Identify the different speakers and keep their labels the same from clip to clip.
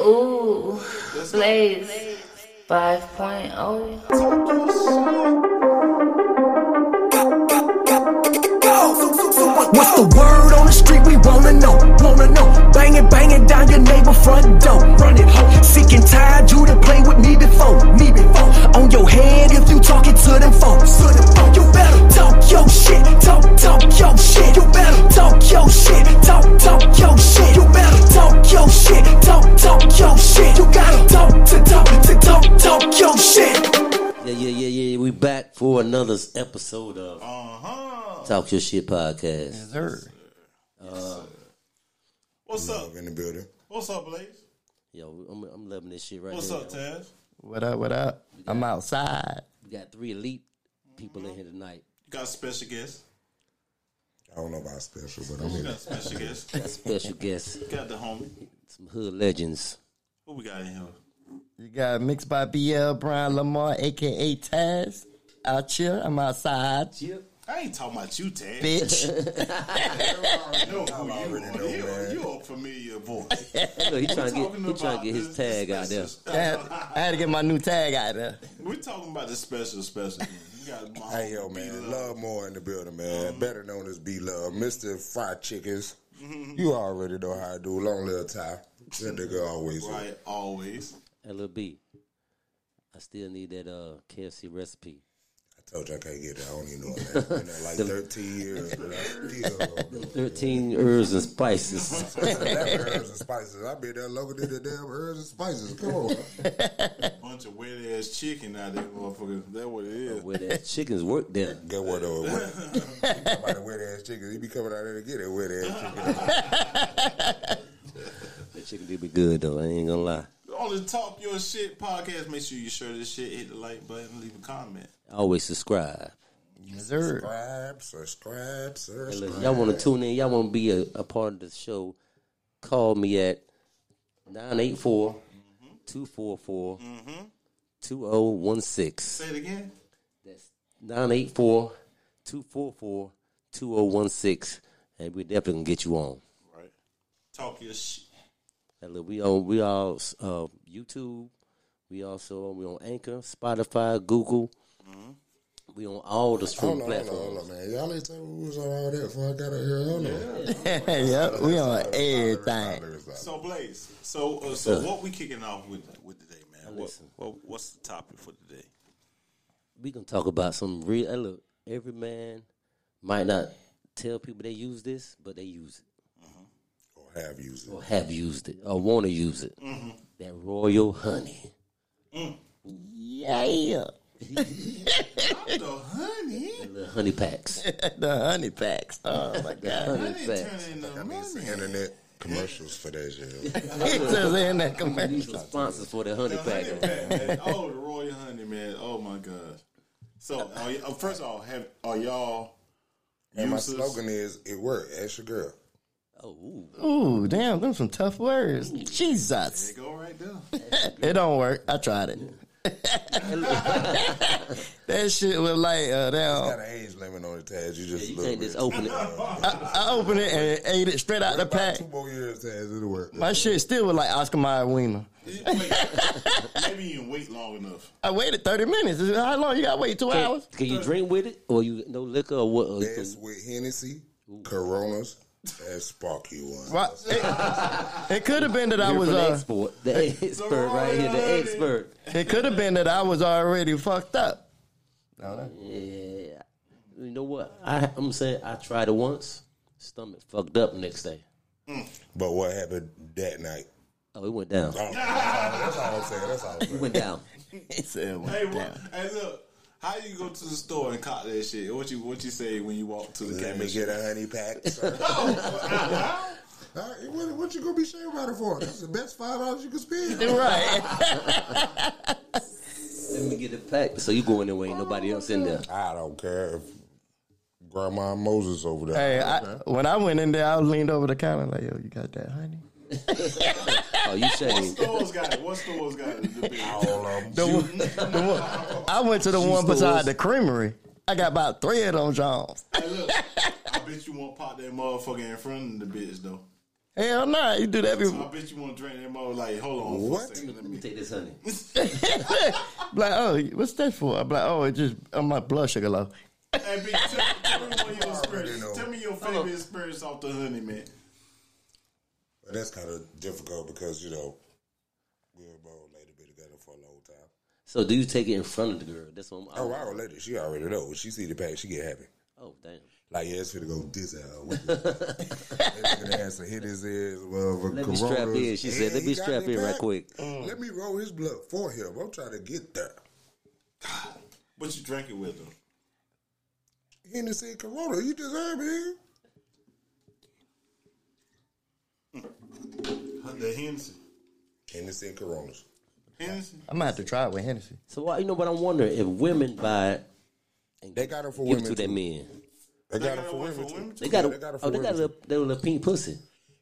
Speaker 1: Ooh, Blaze oh. 5.0.
Speaker 2: What's the word on the street? We wanna know, wanna know. Banging, banging down your neighbor front door. Running home, sick and tired. You to play with me before, me before. On your head if you talking to them folks. To them folks. You better talk your shit, talk, talk your shit. You better talk your shit, talk, talk your shit. You better talk your shit, talk, talk your shit. You gotta talk to talk to talk, talk your shit.
Speaker 3: Yeah, yeah, yeah, yeah. We back for another episode of
Speaker 4: Uh-huh.
Speaker 3: Talk Your Shit podcast.
Speaker 4: What's up?
Speaker 5: in the building.
Speaker 4: What's up, Blaze?
Speaker 3: Yo, I'm, I'm loving this shit right
Speaker 4: What's
Speaker 3: now.
Speaker 4: up, Taz?
Speaker 6: What up? What up? I'm outside.
Speaker 3: We got three elite people
Speaker 4: Mm-hmm.
Speaker 3: in here tonight.
Speaker 4: You got a special guest.
Speaker 5: I don't know about special, but I'm
Speaker 4: You got
Speaker 5: here.
Speaker 4: a special guest. You
Speaker 3: Special guests,
Speaker 4: got the homie.
Speaker 3: some hood legends.
Speaker 4: Who we got in here?
Speaker 6: You got mixed by BL Brian Lamar, aka Taz. Out here, I'm outside,
Speaker 4: I ain't talking about you, Taz.
Speaker 6: bitch.
Speaker 4: I know who you are.
Speaker 5: know,
Speaker 4: You, are-
Speaker 5: man.
Speaker 4: you are a familiar voice.
Speaker 3: Look, he trying to get
Speaker 4: Talking
Speaker 3: he trying to get his
Speaker 4: about
Speaker 3: tag
Speaker 4: this-
Speaker 3: out there.
Speaker 4: this
Speaker 6: I had, I had to get my new tag out there.
Speaker 4: We're talking about the special, special. guest. You got my
Speaker 5: Hey, yo, man. Love more in the building, man.
Speaker 6: Um,
Speaker 5: Better known as B Love. Mr. Fried Chickens. You already know how I do. Long little tie. That nigga always. Right.
Speaker 4: Right, always.
Speaker 3: L B. I still need that uh KFC recipe.
Speaker 5: I told you I can't get that. I don't even know. it, man. Been there like 13 years, but I still don't know.
Speaker 3: Thirteen herbs and spices.
Speaker 5: That herbs and spices. I been there longer than the damn herbs and spices. Come on.
Speaker 4: Bunch of wet ass chicken out there, motherfucker. That's what it is.
Speaker 3: Where that chickens work there.
Speaker 5: Get what though? Wet. Somebody wet ass chicken. He be coming out there to get it wet ass chicken.
Speaker 3: That chicken do be good though. I ain't gonna lie.
Speaker 4: On the Talk Your Shit podcast, make sure you share this shit, hit the like button, leave a comment.
Speaker 3: Always subscribe.
Speaker 6: Missouri.
Speaker 5: Subscribe, subscribe,
Speaker 3: Hey,
Speaker 5: subscribe.
Speaker 3: listen, y'all want to tune in, y'all want to be a, a part of the show, call me at 984 244 2016.
Speaker 4: Say it again.
Speaker 3: That's 984 244 2016. And we definitely can get you on.
Speaker 4: Right. Talk Your Shit.
Speaker 3: Hey, look, we on we all uh, YouTube. We also we on Anchor, Spotify, Google. We on all the
Speaker 5: Hold
Speaker 3: streaming
Speaker 5: on, hold on,
Speaker 3: platforms.
Speaker 5: hold on, man. Y'all ain't tell me we was on all that before I got out here. Hold on.
Speaker 6: yep, we on everything.
Speaker 4: So Blaze, so uh, so what we kicking off with with today, man? What,
Speaker 3: Listen.
Speaker 4: what what's the topic for today?
Speaker 3: we can talk about some real. hey, Look, every man might not tell people they use this, but they use it
Speaker 5: Or have used it.
Speaker 3: or have used it or want to use it. That royal honey.
Speaker 6: Yeah,
Speaker 4: The honey,
Speaker 3: That little honey packs.
Speaker 6: the honey packs. Oh my god,
Speaker 3: honey
Speaker 4: turn
Speaker 3: packs.
Speaker 4: into
Speaker 5: It's the internet commercials for that shit.
Speaker 6: it's just in that
Speaker 3: These
Speaker 6: commercial.
Speaker 3: are sponsors for the honey
Speaker 4: the honey
Speaker 3: pack.
Speaker 4: pack, man. Oh, the royal honey, man. Oh my god. So are y- uh, first of all, have are y'all
Speaker 5: And my
Speaker 4: users?
Speaker 5: slogan is it worked. Ask your girl.
Speaker 3: Oh, ooh.
Speaker 6: Ooh, damn, them some tough words.
Speaker 4: They
Speaker 6: Jesus,
Speaker 4: go right there.
Speaker 6: it don't work. I tried it. that shit was like uh, down.
Speaker 5: Got an age limit on the tags. You just
Speaker 3: You
Speaker 5: look
Speaker 3: can't just open it.
Speaker 6: I opened it and ate it straight out the pack.
Speaker 5: Two more years tags. It'll work.
Speaker 6: My shit still was like Oscar Mayer wiener.
Speaker 4: Wait, maybe you didn't wait long enough.
Speaker 6: I waited 30 minutes. Is it- How long you gotta wait? Two
Speaker 3: Can,
Speaker 6: hours?
Speaker 3: can you drink with it or you no liquor or what? Or you
Speaker 5: That's
Speaker 3: can-
Speaker 5: with Hennessy, Coronas, and Spark you one.
Speaker 6: Right. It, could have been that I
Speaker 3: Here
Speaker 6: was
Speaker 3: for the
Speaker 6: uh,
Speaker 3: export, the expert right here, the
Speaker 4: royal
Speaker 3: expert.
Speaker 6: it could have been that I was already fucked up.
Speaker 3: Yeah, you know what? I, I'm saying I tried it once, stomach fucked up next day.
Speaker 5: But what happened that night?
Speaker 3: Oh, it went down.
Speaker 5: Oh, that's all I'm saying. That's all I'm saying.
Speaker 3: Went down.
Speaker 6: He said, well,
Speaker 4: Hey,
Speaker 6: damn.
Speaker 4: what, hey, look. How you go to the store and cop that shit? What you what you say when you walk to the
Speaker 5: Let me
Speaker 4: cabinet? Oh,
Speaker 5: get a honey pack. sir. All right, what, what you gonna be shamed about it for? That's the best five dollars you can spend.
Speaker 6: Right.
Speaker 3: Let me get it packed. So you going there? Ain't nobody else in there?
Speaker 5: I don't care if Grandma Moses over there.
Speaker 6: hey, I, when I went in there, I leaned over the counter like, yo, you got that, honey?
Speaker 3: Oh, you shame.
Speaker 4: Stores got it. What stores got it? The big-
Speaker 5: All of 'em.
Speaker 6: The one, the one, I went to the one beside the creamery. I got about three of them Johns.
Speaker 4: Hey, look, I bet you won't pop that motherfucker in front of the bitch though.
Speaker 6: Hell nah, you do that every
Speaker 4: I bet you want to drink that mother like, hold on. for a
Speaker 5: What?
Speaker 4: second, Let me
Speaker 3: Take this, honey.
Speaker 6: like, oh, what's that for? I'm like, oh, it just on my blood sugar low.
Speaker 4: Hey, B, tell, tell me one of your experience.
Speaker 5: know.
Speaker 4: Tell me your favorite experience off the honey, man.
Speaker 5: But that's kind of difficult because you know we and my old lady been together for a long time.
Speaker 3: So do you take it in front of the girl? That's what I'm.
Speaker 5: Oh, our old lady, she already know. When she see the pack, she get happy.
Speaker 3: Oh, damn.
Speaker 5: Like yeah, it's finna go this out. That ass to hit his ears. Well, for
Speaker 3: Let me strap
Speaker 5: Coronas.
Speaker 3: in. She said,
Speaker 5: Hey,
Speaker 3: let
Speaker 5: he
Speaker 3: me
Speaker 5: got
Speaker 3: strap
Speaker 5: me
Speaker 3: in right
Speaker 5: back.
Speaker 3: quick.
Speaker 4: Mm.
Speaker 5: Let me roll his blood for him. I'm trying to get there.
Speaker 4: What you drank it with, though?
Speaker 5: He didn't say Corona. You deserve it.
Speaker 4: The Hennessy.
Speaker 5: Hennessy and Coronas.
Speaker 4: Hennessy?
Speaker 6: I'm gonna have to try it with Hennessy.
Speaker 3: So why, you know what I'm wondering? If women buy it,
Speaker 5: They got it for
Speaker 3: give it
Speaker 5: women.
Speaker 3: to their
Speaker 5: too.
Speaker 3: men.
Speaker 5: They got
Speaker 4: got
Speaker 5: it
Speaker 4: it
Speaker 5: for
Speaker 4: one for
Speaker 5: women.
Speaker 4: women
Speaker 5: too.
Speaker 3: They got
Speaker 5: Yeah,
Speaker 3: a, oh, they
Speaker 5: women,
Speaker 3: got a
Speaker 5: too.
Speaker 3: little, they got a little pink pussy.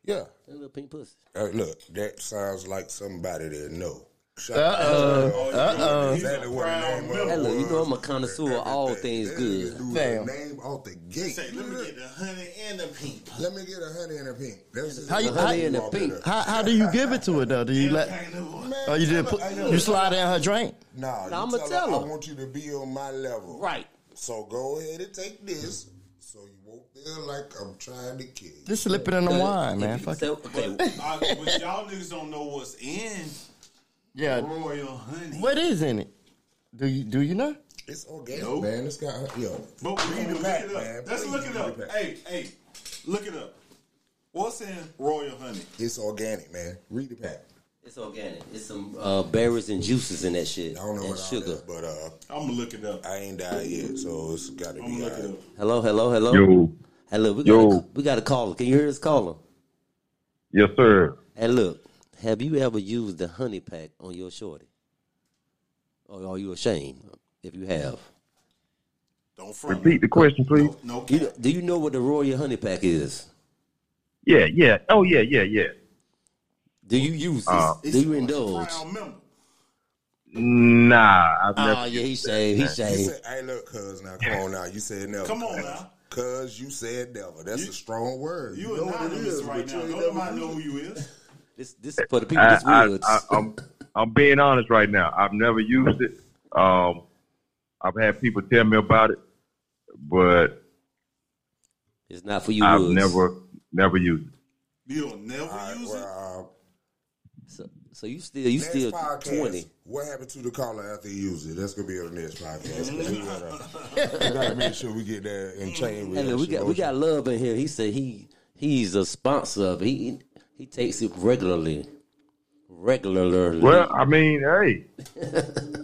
Speaker 5: Yeah.
Speaker 3: They got a little pink pussy.
Speaker 5: Uh, look, that sounds like somebody that know. Shut
Speaker 6: Uh-oh.
Speaker 5: Uh-oh.
Speaker 4: Oh,
Speaker 5: Exactly
Speaker 4: He's a
Speaker 5: what the
Speaker 4: proud
Speaker 5: name
Speaker 4: member.
Speaker 5: of it
Speaker 3: Hello, you know
Speaker 5: was.
Speaker 3: I'm a connoisseur of all things
Speaker 5: That
Speaker 3: good.
Speaker 5: nigga do the
Speaker 6: Damn.
Speaker 5: Name off the gate.
Speaker 4: Say, let me get the honey and the pink.
Speaker 5: Let me get a honey and a pink. That's just
Speaker 6: How you-
Speaker 5: what
Speaker 6: how
Speaker 5: we
Speaker 6: you-
Speaker 3: in the
Speaker 5: walking
Speaker 3: pink?
Speaker 5: up.
Speaker 6: How how do you give it to her though? Do you let?
Speaker 4: Kind of one.
Speaker 6: Oh, you did. Put, you slide in her drink.
Speaker 5: Nah,
Speaker 3: Nah,
Speaker 5: you
Speaker 3: I'ma
Speaker 5: tell,
Speaker 3: tell
Speaker 5: her,
Speaker 3: her.
Speaker 5: I want you to be on my level.
Speaker 3: Right.
Speaker 5: So go ahead and take this. So you won't feel like I'm trying to kill you.
Speaker 6: Just slip it in the wine, man. Fuck it.
Speaker 3: So, okay,
Speaker 4: I, but y'all niggas don't know what's in
Speaker 6: Yeah.
Speaker 4: Royal Honey.
Speaker 6: What is in it? Do you do you know?
Speaker 5: It's organic,
Speaker 4: Nope.
Speaker 5: man. It's got yo.
Speaker 4: But we need to look
Speaker 5: back,
Speaker 4: it up.
Speaker 5: man.
Speaker 4: Let's
Speaker 5: Please
Speaker 4: look it
Speaker 5: read
Speaker 4: up.
Speaker 5: the back.
Speaker 4: Hey, hey, look it up. What's in Royal Honey?
Speaker 5: It's organic, man. Read the pack.
Speaker 3: it's organic. It's some uh, berries and juices in that shit.
Speaker 5: I don't know
Speaker 3: and
Speaker 5: what
Speaker 3: sugar.
Speaker 5: all that, but uh,
Speaker 4: I'm gonna look it up.
Speaker 5: I ain't died yet, so it's got to
Speaker 4: I'm
Speaker 5: be.
Speaker 4: gonna look it
Speaker 5: All
Speaker 4: up.
Speaker 5: right.
Speaker 3: Hello, hello, hello.
Speaker 7: Yo,
Speaker 3: Hey, look, we
Speaker 7: Yo.
Speaker 3: got, a, we got a caller. Can you hear us calling?
Speaker 7: yes, sir.
Speaker 3: Hey, look, have you ever used the honey pack on your shorty? Or are you ashamed if you have?
Speaker 4: Don't front.
Speaker 7: Repeat the question, please.
Speaker 4: No, no
Speaker 3: You
Speaker 4: cap.
Speaker 3: know- do you know what the Royal Honey Pack is?
Speaker 7: Yeah, yeah. Oh, yeah, yeah, yeah.
Speaker 3: Do you use this?
Speaker 7: Uh,
Speaker 3: do you indulge?
Speaker 4: Proud member.
Speaker 7: Nah, I've never.
Speaker 3: Oh, yeah, he shaved. He
Speaker 5: You
Speaker 3: shaved.
Speaker 5: said, "Hey, look, cuz now, come on now, you said never.
Speaker 4: Come on
Speaker 5: cuz.
Speaker 4: now.
Speaker 5: cuz you said never. That's a strong word.
Speaker 4: You
Speaker 5: know what it
Speaker 4: anonymous
Speaker 5: is,
Speaker 4: right
Speaker 5: but
Speaker 4: now.
Speaker 5: you ain't
Speaker 4: Don't
Speaker 5: never
Speaker 4: nobody know
Speaker 5: used
Speaker 4: who you is.
Speaker 3: This, this for the people.
Speaker 7: I,
Speaker 3: This
Speaker 7: I,
Speaker 3: woods.
Speaker 7: I, I'm, I'm being honest right now. I've never used it. Um, I've had people tell me about it, but
Speaker 3: It's not for you.
Speaker 7: I've
Speaker 3: woods.
Speaker 7: never, never used it.
Speaker 4: You'll never
Speaker 5: it.
Speaker 4: use it.
Speaker 5: Well, uh,
Speaker 3: So, so you still, you
Speaker 5: next
Speaker 3: still
Speaker 5: podcast,
Speaker 3: twenty.
Speaker 5: What happened to the caller after he used it? That's gonna be on the next podcast. We gotta- we gotta make sure we get that in chain.
Speaker 3: Hey, look, we got we got love in here. He said he he's a sponsor of. it. He he takes it regularly, regularly.
Speaker 7: Well, I mean, hey,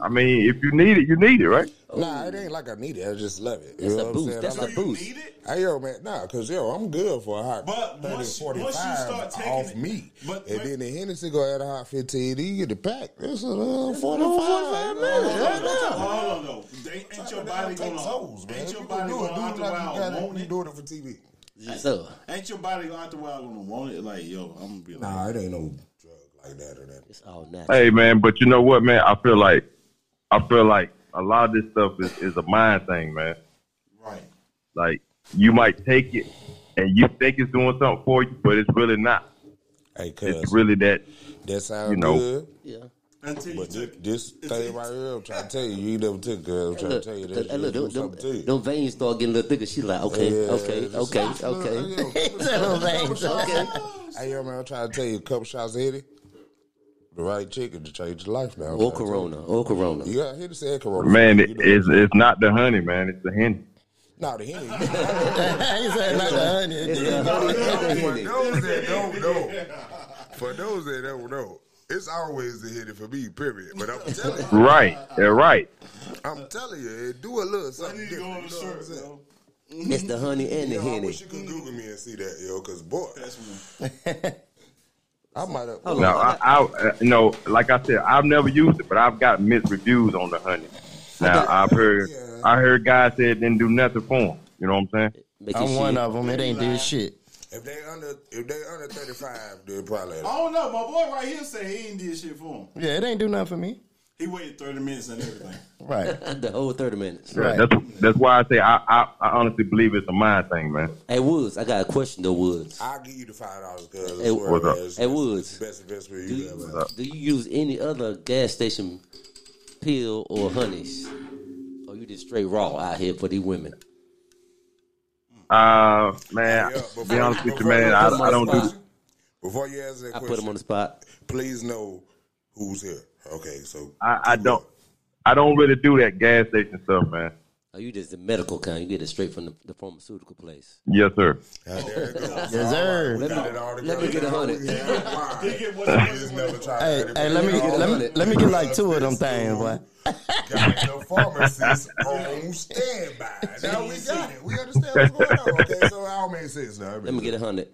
Speaker 7: I mean, if you need it, you need it, right?
Speaker 5: Nah, it ain't like I need it. I just love it.
Speaker 3: oh. That's
Speaker 5: you know
Speaker 3: a
Speaker 5: what I'm
Speaker 3: boost.
Speaker 5: saying?
Speaker 3: That's
Speaker 5: I
Speaker 3: a
Speaker 5: like-
Speaker 4: You
Speaker 3: Boost.
Speaker 4: need it.
Speaker 5: Hey yo man, nah, cause yo, I'm good for a hot
Speaker 4: But
Speaker 5: 30,
Speaker 4: once-
Speaker 5: 45
Speaker 4: once you start taking
Speaker 5: off
Speaker 4: it-
Speaker 5: me,
Speaker 4: but-
Speaker 5: and
Speaker 4: but-
Speaker 5: then the Hennessy go at a hot fifteen, then you get the pack. That's a uh, forty five minutes. Yeah, yeah.
Speaker 4: Hold on, though. They- Ain't your body
Speaker 5: Take
Speaker 4: gonna
Speaker 5: toes, man.
Speaker 4: Ain't your
Speaker 5: You
Speaker 4: body
Speaker 5: do it,
Speaker 4: gonna
Speaker 5: do it
Speaker 4: out the
Speaker 5: like you got
Speaker 4: wild
Speaker 5: it.
Speaker 4: want
Speaker 5: You
Speaker 4: it?
Speaker 5: do it for TV.
Speaker 3: so
Speaker 4: Ain't your body out the wild gonna want it? Like, yo, I'm gonna be like,
Speaker 5: Nah, it ain't no drug like that or that.
Speaker 3: it's all natural.
Speaker 7: Hey, man, but you know what, man? I feel like, I feel like a lot of this stuff is, is a mind thing, man.
Speaker 4: right.
Speaker 7: Like you might take it and you think it's doing something for you, but it's really not.
Speaker 5: Hey,
Speaker 7: It's
Speaker 5: cuz
Speaker 7: really that.
Speaker 5: that sounds
Speaker 7: you know.
Speaker 5: good.
Speaker 3: Yeah.
Speaker 4: Until you
Speaker 5: But
Speaker 4: took
Speaker 5: this, this thing right here, I'm trying to tell you, you never took it. I'm trying to
Speaker 3: Look,
Speaker 5: tell you
Speaker 3: cause,
Speaker 5: that.
Speaker 3: hey, look,
Speaker 5: do
Speaker 3: them,
Speaker 5: something to
Speaker 3: them,
Speaker 5: you.
Speaker 3: them veins start getting a little thicker. She like, okay,
Speaker 5: Yeah,
Speaker 3: okay,
Speaker 5: just-
Speaker 3: okay,
Speaker 5: Look,
Speaker 3: okay.
Speaker 5: hey, yo,
Speaker 6: Little veins.
Speaker 5: Hey, yo, man, I'm trying to tell you, a couple shots of Henny, the right chicken to change your life now. I'm
Speaker 3: Or
Speaker 5: trying to tell you.
Speaker 3: Corona, or Corona.
Speaker 5: You got Henny said Corona.
Speaker 7: Man,
Speaker 5: You
Speaker 7: it,
Speaker 5: know,
Speaker 7: it's it's not the honey, man. It's the hen.
Speaker 5: Nah, the Henny.
Speaker 6: He said like the honey.
Speaker 3: It's the honey and the
Speaker 5: For
Speaker 3: Henny.
Speaker 5: those that don't know, for those that don't know, it's always the Henny for me, period. But I'm telling you,
Speaker 7: Right, yeah, right.
Speaker 5: I'm telling you, it do a little something
Speaker 4: need to go on the
Speaker 5: different. You know what I'm
Speaker 4: shirt,
Speaker 5: saying?
Speaker 4: though.
Speaker 3: It's the honey and the
Speaker 5: Yo, I
Speaker 3: henny.
Speaker 5: wish you could Google me and see that, yo, because boy,
Speaker 4: That's when-
Speaker 5: I might have.
Speaker 7: No, I, I uh, no, like I said, I've never used it, but I've got mixed reviews on the honey. Now I've heard,
Speaker 5: Yeah.
Speaker 7: I heard guys say it didn't do nothing for them. You know what I'm saying?
Speaker 3: Make
Speaker 6: I'm
Speaker 3: your
Speaker 6: one
Speaker 3: shit-
Speaker 6: of them. It ain't did shit.
Speaker 5: If they under, if they under thirty five, they probably.
Speaker 4: Oh. I don't know. My boy right here said he ain't did shit for him.
Speaker 6: Yeah, it ain't do nothing for me.
Speaker 4: He waited 30 minutes and everything.
Speaker 6: Right.
Speaker 3: the whole thirty minutes.
Speaker 6: Right.
Speaker 7: That's that's why I say I, I, I honestly believe it's a mind thing, man.
Speaker 3: Hey Woods, I got a question though, Woods.
Speaker 5: I'll give you the five dollars because
Speaker 3: Hey,
Speaker 7: what's up?
Speaker 5: It's
Speaker 3: Hey Woods,
Speaker 5: best investment
Speaker 3: do
Speaker 5: you could ever.
Speaker 3: you, do you use any other gas station pill or honeys? Or you just straight raw out here for these women?
Speaker 7: Uh,
Speaker 5: Yeah,
Speaker 7: man, to be
Speaker 5: before-
Speaker 7: honest with you,
Speaker 5: before
Speaker 7: man,
Speaker 5: you
Speaker 7: I,
Speaker 3: put
Speaker 7: I don't do.
Speaker 3: my-
Speaker 5: Before you answer that
Speaker 3: I put
Speaker 5: question,
Speaker 3: them on the spot.
Speaker 5: please know who's here. Okay, so
Speaker 7: I, I don't. I don't really do that gas station stuff, man.
Speaker 3: Oh, you just the medical kind. You get it straight from the, the pharmaceutical place.
Speaker 7: Yes, sir.
Speaker 5: Ah, there it goes.
Speaker 6: Yes, sir.
Speaker 5: We got it all
Speaker 3: Let me get a
Speaker 5: together.
Speaker 3: hundred.
Speaker 5: Yeah,
Speaker 4: He
Speaker 5: fine.
Speaker 4: get what
Speaker 5: We
Speaker 4: he
Speaker 5: just
Speaker 4: was-
Speaker 5: never tried
Speaker 6: Hey,
Speaker 5: that.
Speaker 6: hey, let me get, let me let me get like two of them things, boy.
Speaker 5: Got the pharmacist on standby. Now we got it. We understand what's going on. Okay, so it all makes sense now.
Speaker 3: Let me get a hundred.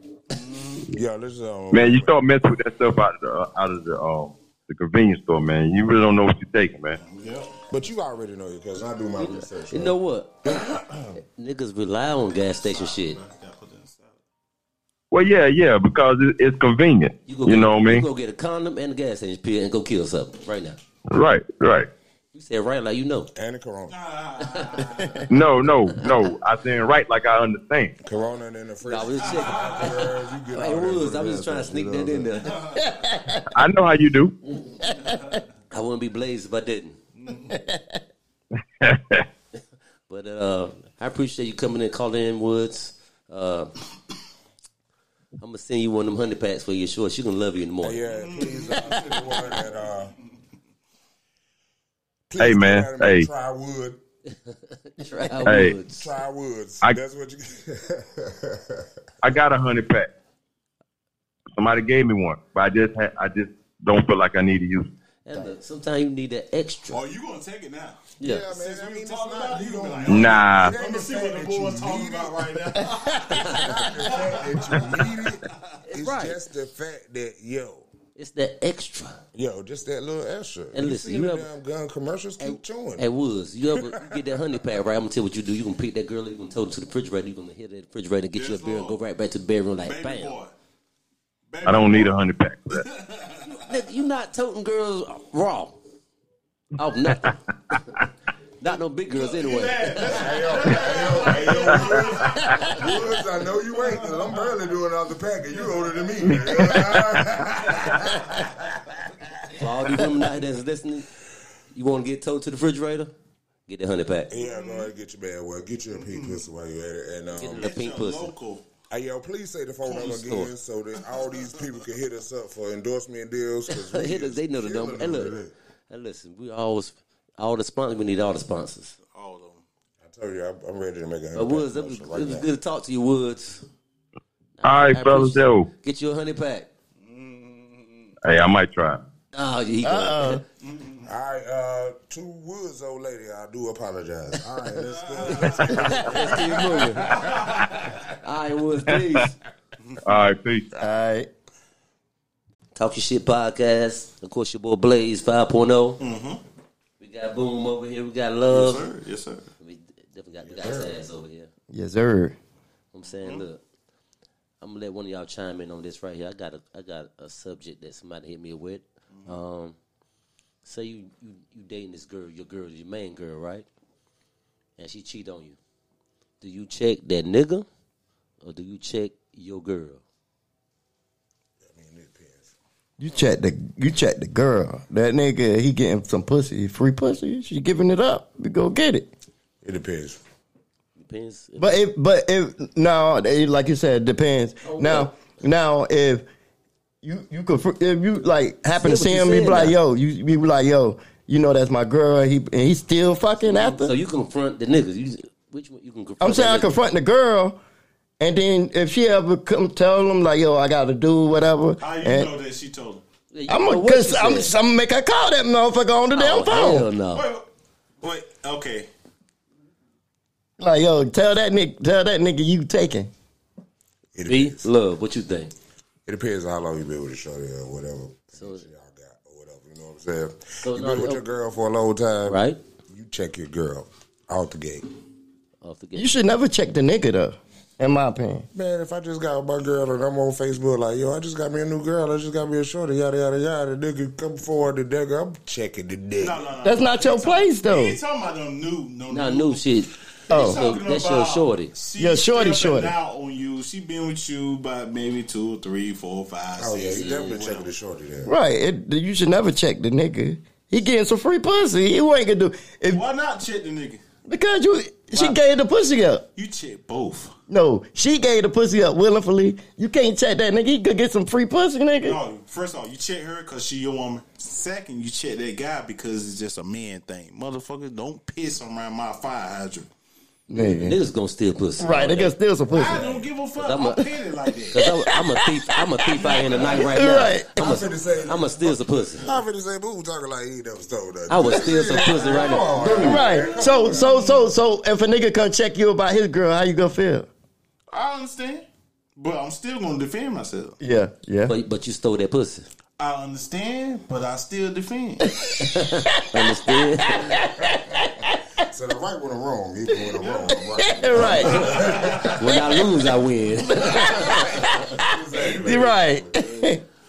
Speaker 5: Yeah, let's um,
Speaker 7: Man, you start messing with that stuff out of the uh, out of the um the convenience store, man. You really don't know what you're taking, man.
Speaker 5: But you already know it because I do my research.
Speaker 3: You
Speaker 5: right?
Speaker 3: know what? Niggas rely on gas station shit.
Speaker 7: Well, yeah, yeah, because it, it's convenient.
Speaker 3: You,
Speaker 7: You,
Speaker 3: go get,
Speaker 7: know what I
Speaker 3: You
Speaker 7: mean?
Speaker 3: go get a condom and a gas station pill and go kill something right now.
Speaker 7: Right, right.
Speaker 3: You said right like you know.
Speaker 5: And the corona.
Speaker 7: No, no, no. I saying right like I understand.
Speaker 5: Corona and then the fridge.
Speaker 3: I was just checking.
Speaker 5: Girls, you get
Speaker 3: Hey,
Speaker 5: all that
Speaker 3: Woods,
Speaker 5: good
Speaker 3: I was just
Speaker 5: ass
Speaker 3: trying to
Speaker 5: stuff,
Speaker 3: sneak
Speaker 5: you know
Speaker 3: that
Speaker 5: what I'm
Speaker 3: in there.
Speaker 7: I know how you do.
Speaker 3: I wouldn't be blazed if I didn't. but uh, I appreciate you coming in, calling in, Woods. Uh, I'm gonna send you one of them hundred packs for your shorts. You gonna love you in the morning.
Speaker 5: saying? Yeah, please. Uh, to the one that, uh, please
Speaker 7: Hey,
Speaker 5: go
Speaker 7: man,
Speaker 5: out and
Speaker 7: hey.
Speaker 5: Try wood.
Speaker 3: Try
Speaker 7: Hey.
Speaker 3: Woods.
Speaker 5: Try woods.
Speaker 7: I-
Speaker 5: That's what you.
Speaker 7: I got a hundred pack. Somebody gave me one, but I just ha- I just don't feel like I need to use. it.
Speaker 3: And look, sometimes you need that extra.
Speaker 4: Oh, you gonna take it now?
Speaker 3: Yeah.
Speaker 5: man, I mean, it's
Speaker 4: talking about
Speaker 5: not
Speaker 4: it,
Speaker 5: you
Speaker 4: you gonna
Speaker 5: don't.
Speaker 4: be like,
Speaker 7: Nah,
Speaker 5: It
Speaker 4: Let me
Speaker 5: ain't the
Speaker 4: see what
Speaker 5: fact
Speaker 4: the
Speaker 5: that you
Speaker 4: boys talking
Speaker 5: need
Speaker 4: about
Speaker 5: it.
Speaker 4: right now.
Speaker 5: the fact that you need it. It's
Speaker 3: Right.
Speaker 5: just the fact that yo,
Speaker 3: It's that extra.
Speaker 5: yo, just that little extra.
Speaker 3: And listen,
Speaker 5: see
Speaker 3: you
Speaker 5: the
Speaker 3: ever-
Speaker 5: damn gun commercials keep chewing.
Speaker 3: Hey Woods, you ever you get that honey pack right? I'm gonna tell you what you do. You gonna pick that girl. You gonna tow her to the refrigerator. You gonna hit that refrigerator, get you a
Speaker 4: Yes,
Speaker 3: beer, and go
Speaker 4: Lord.
Speaker 3: right back to the bedroom like
Speaker 4: Baby
Speaker 3: bam.
Speaker 4: boy. Baby
Speaker 7: I don't
Speaker 4: boy.
Speaker 7: need a hundred pack. For that.
Speaker 3: Nigga, you not toting girls raw. Off nothing. not no big girls anyway.
Speaker 5: Hey, yo, hey, yo, hey, yo, Woods, Woods, I know you ain't, because I'm barely doing out the pack, and you older than me.
Speaker 3: For all these women out here that's listening, you want to get towed to the refrigerator? Get that honey pack.
Speaker 5: yeah, go ahead and get your bad well. Get your pink
Speaker 3: Mm-hmm.
Speaker 5: pussy while you're at it. And, um,
Speaker 3: The pink
Speaker 4: A
Speaker 3: pussy.
Speaker 4: Local.
Speaker 5: hey, yo, please say the phone number again so that all these people can hit us up for endorsement deals. 'cause we
Speaker 3: Hit us, they know the
Speaker 5: killing
Speaker 3: number. Hey,
Speaker 5: them
Speaker 3: look.
Speaker 5: today.
Speaker 3: Hey, listen, we always, all the sponsors, we need all the sponsors.
Speaker 4: All of them.
Speaker 5: I told you, I'm, I'm ready to make a
Speaker 3: But Woods, it was,
Speaker 5: commercial right
Speaker 3: it was
Speaker 5: now.
Speaker 3: good to talk to you, Woods.
Speaker 7: All right,
Speaker 3: I
Speaker 7: fellas,
Speaker 3: appreciate-
Speaker 7: yo.
Speaker 3: Get you a honey pack.
Speaker 7: Hey, I might try.
Speaker 3: Oh, yeah, he good.
Speaker 5: All right, uh, to Woods, old lady, I do apologize. All right, let's go.
Speaker 3: Let's keep moving. All right, Woods, peace.
Speaker 7: All right, peace.
Speaker 6: All right.
Speaker 3: Talk Your Shit podcast. Of course, your boy Blaze 5.0. Mm-hmm. We got Boom over here. We got Love.
Speaker 4: Sir, yes, sir.
Speaker 3: we definitely got the guy's ass over here.
Speaker 6: Yes, sir.
Speaker 3: I'm saying, look, I'm gonna let one of y'all chime in on this right here. I got a I got a subject that somebody hit me with. Um, say you, you you dating this girl, your girl, your main girl, right? And she cheat on you. Do you check that nigga, or do you check your girl?
Speaker 6: You check the you check the girl. That nigga, he getting some pussy, free pussy. She giving it up. We go get it.
Speaker 5: It depends.
Speaker 3: Depends.
Speaker 6: But if but if no, they- like you said, depends.
Speaker 3: Oh,
Speaker 6: Now now if you you could fr- if you like happen to
Speaker 3: See
Speaker 6: see
Speaker 3: what
Speaker 6: him,
Speaker 3: you
Speaker 6: you be
Speaker 3: said
Speaker 6: like,
Speaker 3: now.
Speaker 6: yo, you you be like, yo, you know that's my girl. He and he still fucking after.
Speaker 3: Mm-hmm. so you confront the niggas. You, which one you can
Speaker 4: Oh,
Speaker 3: confront?
Speaker 6: I'm saying I
Speaker 3: that nigga?
Speaker 6: confront the girl, and then if she ever come tell him like, yo, I got to do whatever.
Speaker 4: How Ah, you
Speaker 6: and-
Speaker 4: know that she told him?
Speaker 3: Yeah, you
Speaker 6: I'm
Speaker 3: know
Speaker 6: gonna,
Speaker 3: what
Speaker 6: cause
Speaker 3: you
Speaker 6: I'm, I'm
Speaker 3: said.
Speaker 6: gonna make her call that motherfucker on the damn
Speaker 3: Oh,
Speaker 6: phone.
Speaker 3: hell no.
Speaker 4: Wait, wait, okay.
Speaker 6: Like, yo, tell that nigga, tell that nigga you taking.
Speaker 5: It
Speaker 3: B
Speaker 5: depends.
Speaker 3: love. What you think?
Speaker 5: It depends on how long you been with a shorty or whatever. So y'all got or whatever. You know what I'm saying? you
Speaker 3: no,
Speaker 5: been with
Speaker 3: no.
Speaker 5: your girl for a long time,
Speaker 3: Right
Speaker 5: You check your girl out the gate.
Speaker 3: off the gate.
Speaker 6: You should never check the nigga though. in my opinion.
Speaker 5: Man, if I just got my girl and I'm on Facebook like, yo, I just got me a new girl, I just got me a shorty, yada yada yada. Nigga, come forward, the nigga, I'm checking the nigga.
Speaker 4: No, no, no.
Speaker 6: That's not your place
Speaker 4: He
Speaker 6: though.
Speaker 4: ain't talking about no new, no
Speaker 3: Now new shit.
Speaker 6: Oh.
Speaker 3: So that's your shorty.
Speaker 6: Yeah, shorty, shorty.
Speaker 4: Out on you. She been with you by maybe two, three, four, five, six.
Speaker 5: Oh yeah, you
Speaker 4: years,
Speaker 5: definitely
Speaker 4: whatever.
Speaker 5: checking the shorty there.
Speaker 6: Right. It, you should never check the nigga. He getting some free pussy. He ain't gonna do if,
Speaker 4: Why not check the nigga?
Speaker 6: because you she gave the pussy up.
Speaker 4: You check both.
Speaker 6: No, she gave the pussy up willfully. You can't check that nigga. He could get some free pussy, nigga.
Speaker 4: No, first off, you check her because she your woman. Second, you check that guy because it's just a man thing. Motherfucker, don't piss around my fire hydrant.
Speaker 6: Nigga.
Speaker 3: Niggas gonna steal pussy.
Speaker 6: Right, they can steal some pussy.
Speaker 4: I don't give a fuck.
Speaker 3: I'm
Speaker 4: I'm,
Speaker 3: a-
Speaker 4: petty like that.
Speaker 3: Cause I'm, I'm a thief. I'm a thief out here in the night right now.
Speaker 6: Right.
Speaker 3: I'm
Speaker 5: I'm finna say-
Speaker 3: a, I'm a steal some pussy.
Speaker 5: I'm finna say, but who talking like he ain't never stole nothing.
Speaker 3: I would steal some pussy right now.
Speaker 6: Right. So so so so if a nigga come check you about his girl, how you gonna feel?
Speaker 4: I understand, but I'm still gonna defend myself.
Speaker 6: Yeah, yeah.
Speaker 3: But but you stole that pussy.
Speaker 4: I understand, but I still defend.
Speaker 3: Understand?
Speaker 5: So the right one or wrong, he went wrong. Right.
Speaker 6: right.
Speaker 3: when I lose, I win.
Speaker 6: You're right.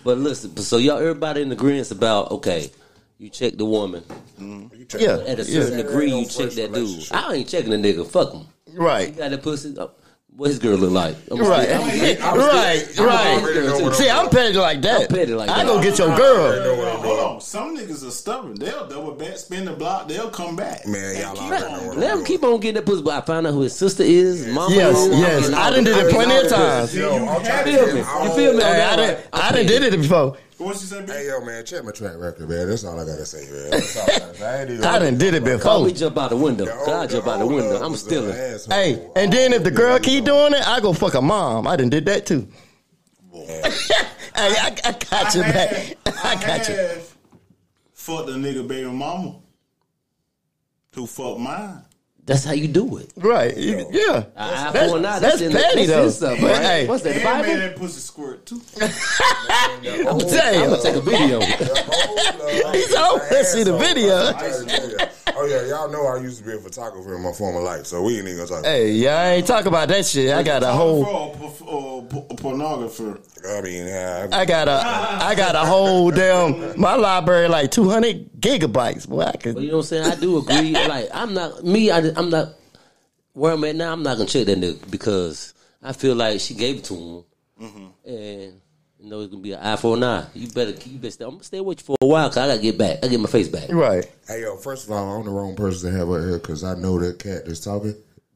Speaker 3: But listen, so y'all everybody in agreement about okay, you check the woman
Speaker 5: You check
Speaker 6: Yeah.
Speaker 5: the-
Speaker 3: at a certain
Speaker 5: Yeah.
Speaker 3: degree, you
Speaker 5: Ain't no
Speaker 3: check
Speaker 5: first
Speaker 3: that dude.
Speaker 5: relationship.
Speaker 3: I ain't checking the nigga. Fuck him.
Speaker 6: Right.
Speaker 3: You got that pussy. Oh, what his girl look like? I'm
Speaker 6: Right.
Speaker 3: still- I'm-
Speaker 6: right. Right.
Speaker 5: already know what
Speaker 6: See, I'm petty like that.
Speaker 3: I'm petty like
Speaker 6: I
Speaker 3: that.
Speaker 6: go get your
Speaker 5: I
Speaker 6: girl.
Speaker 5: know what it
Speaker 4: Hold
Speaker 5: was.
Speaker 4: on, some niggas are stubborn. They'll double back, spin the block, they'll come back.
Speaker 5: Man,
Speaker 4: And
Speaker 5: y'all already know
Speaker 4: keep on.
Speaker 5: what
Speaker 3: Let him keep on getting that pussy. But I found out who his sister is. Mama
Speaker 6: Yes,
Speaker 3: is,
Speaker 6: yes.
Speaker 3: and all
Speaker 6: I done did
Speaker 3: that.
Speaker 6: it plenty of times.
Speaker 5: Yo, I'm trying to
Speaker 3: You feel
Speaker 5: get
Speaker 3: me?
Speaker 5: all-
Speaker 3: You feel me?
Speaker 6: Hey, I done I done did it before.
Speaker 4: What you say, B?
Speaker 5: Hey yo, man, check my track record, man. That's all I gotta say, man. That's all I gotta say. I ain't even-
Speaker 6: I done did it
Speaker 3: Call
Speaker 6: before.
Speaker 3: me jump out the window.
Speaker 5: The old-
Speaker 3: God jump
Speaker 5: the
Speaker 3: out the
Speaker 5: old
Speaker 3: window.
Speaker 5: love
Speaker 3: I'm
Speaker 5: was an
Speaker 3: stealing.
Speaker 5: asshole.
Speaker 6: Hey, and then if the girl keep doing it, I go fuck her mom. I done did that too. Hey, I, I got you back. I got you.
Speaker 4: have Fucked a nigga baby mama who fucked mine.
Speaker 3: That's how you do it.
Speaker 6: Right. You- Yeah.
Speaker 3: I- I
Speaker 6: That's,
Speaker 3: pull out,
Speaker 6: that's
Speaker 3: it's in the-
Speaker 6: petty
Speaker 3: it's in
Speaker 6: though.
Speaker 3: something,
Speaker 6: But,
Speaker 3: right?
Speaker 6: hey,
Speaker 3: What's that?
Speaker 4: And
Speaker 3: the Bible?
Speaker 4: made that pussy squirt too.
Speaker 6: I'm
Speaker 3: I'm
Speaker 6: telling
Speaker 3: gonna take a
Speaker 6: you.
Speaker 3: video.
Speaker 6: He's all let's see the video.
Speaker 5: Oh yeah, y'all know I used to be a photographer in my former life, so we ain't even gonna talk.
Speaker 6: Hey, yeah, I ain't talk about that shit. I got a whole,
Speaker 4: For a, or a pornographer.
Speaker 5: I mean, yeah, I,
Speaker 6: I got a, I got a whole damn my library like two hundred gigabytes. Boy, I
Speaker 3: But
Speaker 6: could.
Speaker 3: you know what I'm saying? I do agree. like I'm not me. I, am not where I'm at now. I'm not gonna check that nigga because I feel like she gave it to him,
Speaker 6: Mm-hmm.
Speaker 3: and you know it's gonna be an eye for an eye. You better you better. Stay, I'm gonna stay with you for a while because I gotta get back. I get my face back.
Speaker 6: Right.
Speaker 5: hey yo, first of all, I'm the wrong person to have up here because I know that cat that's talking.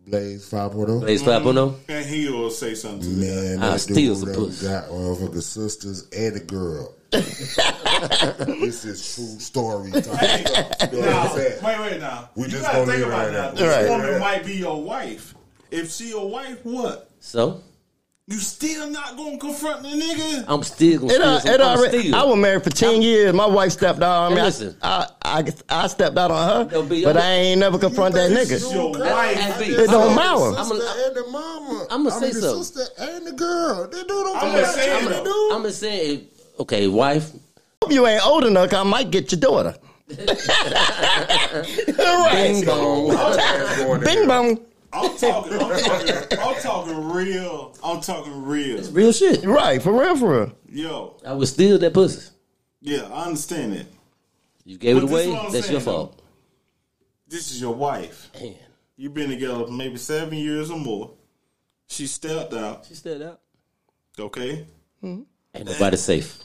Speaker 5: Blaze 5.0.
Speaker 6: Mm-hmm.
Speaker 3: Blaze five no.
Speaker 4: And he'll say something to the guy.
Speaker 5: Man,
Speaker 3: I
Speaker 5: that
Speaker 3: steal
Speaker 5: dude
Speaker 3: some
Speaker 5: done
Speaker 3: pussy.
Speaker 5: got motherfucking sisters and a girl. this is true story. Time. You know what
Speaker 4: Now,
Speaker 5: I'm saying?
Speaker 4: wait, wait, now.
Speaker 5: We
Speaker 4: you
Speaker 5: just
Speaker 4: gotta
Speaker 5: gonna
Speaker 4: think
Speaker 5: leave it
Speaker 4: about
Speaker 5: right
Speaker 4: that.
Speaker 5: there.
Speaker 4: This
Speaker 6: Right.
Speaker 4: woman might be your wife. If she your wife, what?
Speaker 3: So
Speaker 4: You still not gonna confront the nigga?
Speaker 3: I'm still gonna
Speaker 6: It,
Speaker 3: steal.
Speaker 6: al-
Speaker 3: some-
Speaker 6: it
Speaker 3: I'm
Speaker 6: already.
Speaker 3: steal.
Speaker 6: I was married for ten years. My wife stepped out. I mean,
Speaker 3: Listen.
Speaker 6: I, I, I, I stepped out on
Speaker 3: No,
Speaker 6: her,
Speaker 3: B,
Speaker 6: but
Speaker 3: I'm-
Speaker 6: I ain't never confront that
Speaker 4: It's
Speaker 6: nigga.
Speaker 4: your wife.
Speaker 3: Hey, B,
Speaker 6: It
Speaker 3: I'm-
Speaker 6: don't matter.
Speaker 5: I'm
Speaker 3: I'm
Speaker 5: sister
Speaker 3: gonna-
Speaker 5: and the mama.
Speaker 3: I'ma say
Speaker 5: I mean,
Speaker 3: something.
Speaker 5: The sister and the girl. They do them
Speaker 4: I'm
Speaker 5: things.
Speaker 4: just saying,
Speaker 5: They
Speaker 4: though.
Speaker 5: do.
Speaker 3: I'm just saying. Okay, wife.
Speaker 6: Hope you ain't old enough. 'cause I might get your daughter.
Speaker 3: Bing
Speaker 6: right.
Speaker 3: bong.
Speaker 6: Bing bong.
Speaker 4: I'm talking, I'm talking, I'm talking real. I'm talking real.
Speaker 3: Real shit.
Speaker 6: Right. For real. For real.
Speaker 4: Yo,
Speaker 3: I would steal that pussy.
Speaker 4: yeah, I understand it.
Speaker 3: You gave
Speaker 4: But
Speaker 3: it
Speaker 4: this
Speaker 3: away.
Speaker 4: is what I'm
Speaker 3: That's your
Speaker 4: saying, though.
Speaker 3: fault.
Speaker 4: This is your wife.
Speaker 3: Man,
Speaker 4: You've been together for maybe seven years or more. She stepped out,
Speaker 3: she stepped out.
Speaker 4: okay?
Speaker 3: Ain't nobody safe.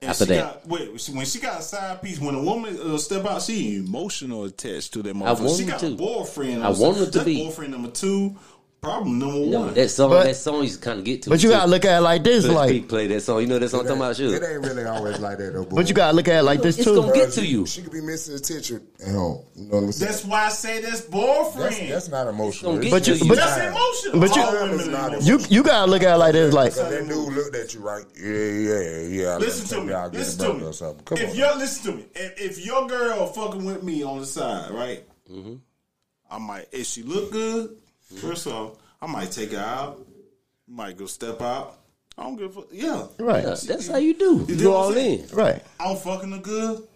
Speaker 4: And
Speaker 3: After
Speaker 4: she
Speaker 3: that.
Speaker 4: got wait, she- when she got a side piece, when a woman uh, step out, she emotional attached to that motherfucker.
Speaker 3: want
Speaker 4: she
Speaker 3: her
Speaker 4: got a
Speaker 3: to.
Speaker 4: boyfriend.
Speaker 3: I want her to
Speaker 4: That's
Speaker 3: be.
Speaker 4: boyfriend number two. Problem number
Speaker 3: No,
Speaker 4: one.
Speaker 3: that song,
Speaker 6: But-
Speaker 3: that song, you kind of get to.
Speaker 6: But you gotta look at it like this.
Speaker 3: Like,
Speaker 6: Like.
Speaker 3: Pete play that song. You know that song I'm talking about
Speaker 5: It
Speaker 3: you.
Speaker 5: ain't really always like that, though.
Speaker 6: But you gotta look at it like this
Speaker 3: It's
Speaker 6: too.
Speaker 3: gonna get to you.
Speaker 5: She could be missing attention at home. You know what I'm saying?
Speaker 4: that's why I say that's boyfriend.
Speaker 5: that's, that's not emotional.
Speaker 3: It's gonna
Speaker 6: But
Speaker 3: get
Speaker 6: you,
Speaker 3: you.
Speaker 6: but
Speaker 4: That's emotional.
Speaker 6: But you-
Speaker 4: All women
Speaker 5: It's
Speaker 4: are
Speaker 5: not
Speaker 4: emotional.
Speaker 6: you, you gotta look at it like this. Like,
Speaker 5: that dude looked at you right. Yeah, yeah, yeah.
Speaker 4: Listen to me.
Speaker 5: I'll get
Speaker 4: Listen
Speaker 5: a
Speaker 4: to
Speaker 5: burger
Speaker 4: me.
Speaker 5: Or something. Come
Speaker 4: if
Speaker 5: on.
Speaker 4: your listen to me, if, if your girl fucking with me on the side, right?
Speaker 5: Mm-hmm.
Speaker 4: I might. If she look good, first off, I might take her out. Might go step out. I don't give a fuck. Yeah,
Speaker 6: right,
Speaker 3: Yeah, that's how you do. You
Speaker 4: know
Speaker 3: go
Speaker 4: what I'm
Speaker 3: all
Speaker 4: saying?
Speaker 3: in.
Speaker 6: right,
Speaker 4: I'm fucking her good.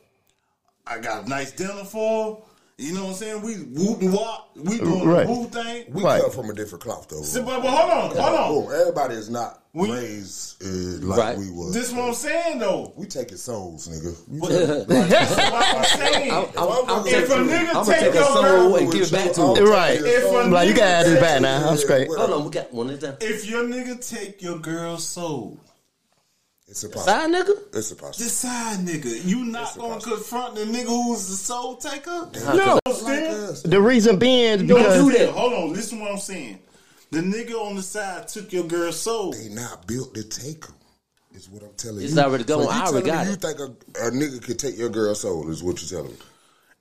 Speaker 4: I got a nice dinner for her. You know what I'm saying? We whoop and wop. We doing
Speaker 6: Right.
Speaker 4: the whoop thing.
Speaker 5: We
Speaker 6: Right.
Speaker 5: come from a different cloth, though.
Speaker 4: So, but, but hold on, hold
Speaker 5: Oh, everybody is not
Speaker 4: We-
Speaker 5: raised uh, like
Speaker 3: Right.
Speaker 5: we
Speaker 4: on.
Speaker 5: was.
Speaker 4: This is what I'm saying though.
Speaker 5: we taking souls, nigga. We
Speaker 4: But,
Speaker 5: take-
Speaker 4: but what I'm saying. if a nigga
Speaker 3: I'm gonna
Speaker 4: take
Speaker 3: take
Speaker 4: your
Speaker 3: that soul
Speaker 4: girl,
Speaker 3: and give it back to
Speaker 5: If
Speaker 3: him.
Speaker 5: a
Speaker 6: Right.
Speaker 4: nigga
Speaker 6: Like, you gotta have this back now. I'm
Speaker 5: Yeah,
Speaker 6: straight.
Speaker 5: whatever.
Speaker 3: Hold on, we got one at a time.
Speaker 4: if your nigga take your girl's soul,
Speaker 5: It's impossible.
Speaker 3: Side nigga?
Speaker 5: It's impossible.
Speaker 4: decide, nigga, you not
Speaker 5: a
Speaker 4: gonna
Speaker 5: possible.
Speaker 4: confront the nigga who's the soul taker.
Speaker 6: No.
Speaker 5: Like us.
Speaker 6: The reason being is
Speaker 4: Don't
Speaker 6: because
Speaker 4: do that. Hold on, listen to what I'm saying. The nigga on the side took your girl's soul.
Speaker 5: They not built to take them. Is what I'm telling
Speaker 3: It's
Speaker 5: you.
Speaker 3: already gone.
Speaker 5: you
Speaker 3: I
Speaker 5: telling
Speaker 3: already
Speaker 5: me
Speaker 3: got
Speaker 5: You
Speaker 3: it.
Speaker 5: think a, a nigga could take your girl's soul? Is what you telling me?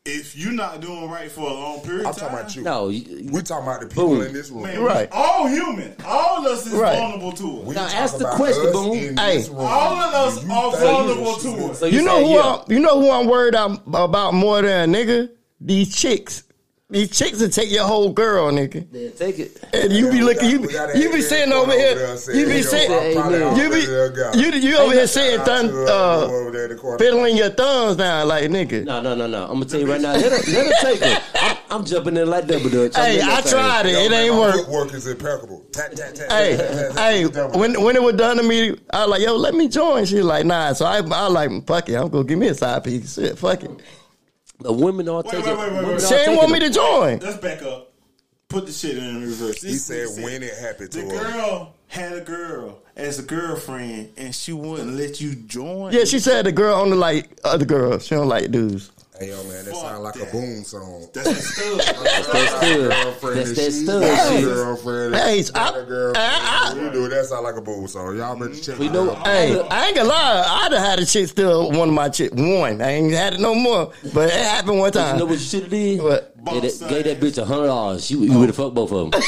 Speaker 4: If you not doing right for a long period
Speaker 5: I'm
Speaker 4: of
Speaker 5: talking
Speaker 4: time,
Speaker 5: about you.
Speaker 3: No, you-
Speaker 5: We talking about the people
Speaker 3: Boom.
Speaker 5: in this room.
Speaker 4: man,
Speaker 6: Right.
Speaker 4: all human, all of us is
Speaker 6: Right.
Speaker 4: vulnerable to
Speaker 5: We
Speaker 4: it.
Speaker 3: Now
Speaker 5: talking
Speaker 3: ask the
Speaker 5: about
Speaker 3: question,
Speaker 5: us
Speaker 3: Boom.
Speaker 5: in
Speaker 6: Hey.
Speaker 5: this room.
Speaker 4: All of us
Speaker 5: You
Speaker 4: are
Speaker 5: think
Speaker 4: vulnerable
Speaker 5: this
Speaker 4: to
Speaker 5: is-
Speaker 4: it.
Speaker 3: so
Speaker 6: you know
Speaker 3: saying,
Speaker 6: who
Speaker 3: yeah.
Speaker 6: I'm, you know who I'm worried I'm about more than a nigga? These chicks. These chicks will take your whole girl, nigga.
Speaker 3: Then take it.
Speaker 6: And you be
Speaker 5: We
Speaker 6: looking, you,
Speaker 5: got- we got
Speaker 6: you be
Speaker 5: that
Speaker 6: sitting
Speaker 5: going
Speaker 6: over
Speaker 5: there
Speaker 6: here,
Speaker 5: and saying,
Speaker 6: you
Speaker 5: "Yo,
Speaker 6: be
Speaker 5: I'm
Speaker 6: sitting,
Speaker 5: probably
Speaker 3: Amen.
Speaker 5: out
Speaker 6: you
Speaker 5: there, girl."
Speaker 6: be, you, you over here sitting, thun,
Speaker 5: Shout out to her
Speaker 6: uh,
Speaker 5: over there in the corner.
Speaker 6: fiddling your thumbs down like nigga.
Speaker 3: No, no, no, no. I'm gonna tell you right now. Let her, let her take it. I'm, I'm jumping in like double dutch. I'm
Speaker 6: Hey,
Speaker 3: in that
Speaker 6: I
Speaker 3: thing.
Speaker 6: tried it.
Speaker 5: Yo,
Speaker 6: It
Speaker 5: man,
Speaker 6: ain't
Speaker 5: my
Speaker 6: work.
Speaker 5: Footwork is impeccable. Tat, tat, tat,
Speaker 6: Hey,
Speaker 5: tat, tat, tat,
Speaker 6: hey,
Speaker 5: tat, tat.
Speaker 6: when when it was done to me, I was like, yo, let me join. She like, nah. So I, I like, fuck it, I'm gonna give me a side piece. Shit, fuck it.
Speaker 3: The women all
Speaker 4: Wait,
Speaker 3: take
Speaker 4: wait,
Speaker 3: it.
Speaker 4: wait, wait,
Speaker 3: Women
Speaker 4: wait.
Speaker 3: all
Speaker 6: She ain't
Speaker 3: take
Speaker 6: want
Speaker 3: it.
Speaker 6: me to join.
Speaker 4: Let's back up. Put the shit in reverse.
Speaker 5: He said when it happened
Speaker 4: The
Speaker 5: to her.
Speaker 4: girl had a girl as a girlfriend, and she wouldn't let you join.
Speaker 6: Yeah, she said the girl only like other girls. She don't like dudes.
Speaker 5: Hey, yo, man, that
Speaker 4: Fuck
Speaker 5: sound like a
Speaker 4: that.
Speaker 5: boom song.
Speaker 4: That's a stud.
Speaker 5: That's
Speaker 3: stud.
Speaker 5: girlfriend.
Speaker 3: That's
Speaker 5: and
Speaker 3: that
Speaker 5: she
Speaker 3: stud
Speaker 5: got a
Speaker 3: shit.
Speaker 5: Girlfriend.
Speaker 6: Hey,
Speaker 5: she got
Speaker 6: I-
Speaker 5: a girlfriend.
Speaker 6: I-
Speaker 5: We do that sound like a boom song. Y'all better check.
Speaker 3: We
Speaker 5: it
Speaker 3: know.
Speaker 5: out.
Speaker 6: Hey, I ain't gonna lie. I'd have had a chick still one of my chick one. I ain't had it no more, but it happened one
Speaker 3: You know
Speaker 6: time.
Speaker 3: what you should have did?
Speaker 6: What?
Speaker 3: Gave that,
Speaker 4: Boss
Speaker 3: gave that bitch a hundred dollars. You, you would have fucked both of them.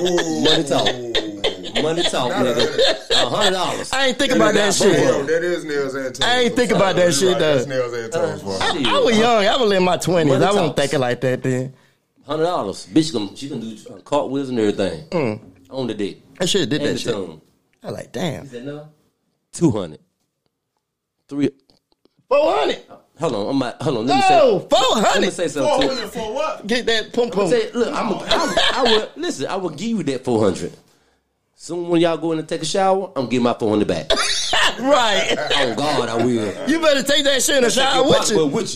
Speaker 5: Ooh.
Speaker 3: Money talk.
Speaker 5: Ooh.
Speaker 3: Money talk,
Speaker 5: Not a
Speaker 3: nigga. A hundred dollars.
Speaker 6: I ain't think about that
Speaker 5: Damn,
Speaker 6: shit.
Speaker 5: that is nails and toes.
Speaker 6: I ain't think about that
Speaker 5: You
Speaker 6: shit,
Speaker 5: right, That's
Speaker 6: though.
Speaker 5: nails and toes, boy.
Speaker 3: Shit.
Speaker 6: I was young. I was in my twenties. I
Speaker 3: Money
Speaker 6: wasn't
Speaker 3: talks.
Speaker 6: thinking like that then.
Speaker 3: Hundred dollars. Bitch, gonna, she can do uh, cartwheels and everything
Speaker 6: Mm.
Speaker 3: on the dick
Speaker 6: That shit did
Speaker 3: and
Speaker 6: that
Speaker 3: the
Speaker 6: shit.
Speaker 3: tongue.
Speaker 6: I like, damn.
Speaker 3: Said no. Two hundred. Three.
Speaker 6: Four hundred.
Speaker 3: Hold on. I'm not, hold on. Let me say.
Speaker 6: Oh, four
Speaker 3: Let me
Speaker 6: hundred.
Speaker 3: say something.
Speaker 4: Four
Speaker 3: to you.
Speaker 4: hundred for what?
Speaker 6: Get that pump pump.
Speaker 3: Say, look, I'm, I'm, I would listen. I would give you that four hundred. Soon when y'all go in and take a shower, I'm getting my four hundred back.
Speaker 6: Right.
Speaker 3: oh God, I will.
Speaker 6: You better take that shit in the shower with
Speaker 3: Well,
Speaker 6: you.
Speaker 3: with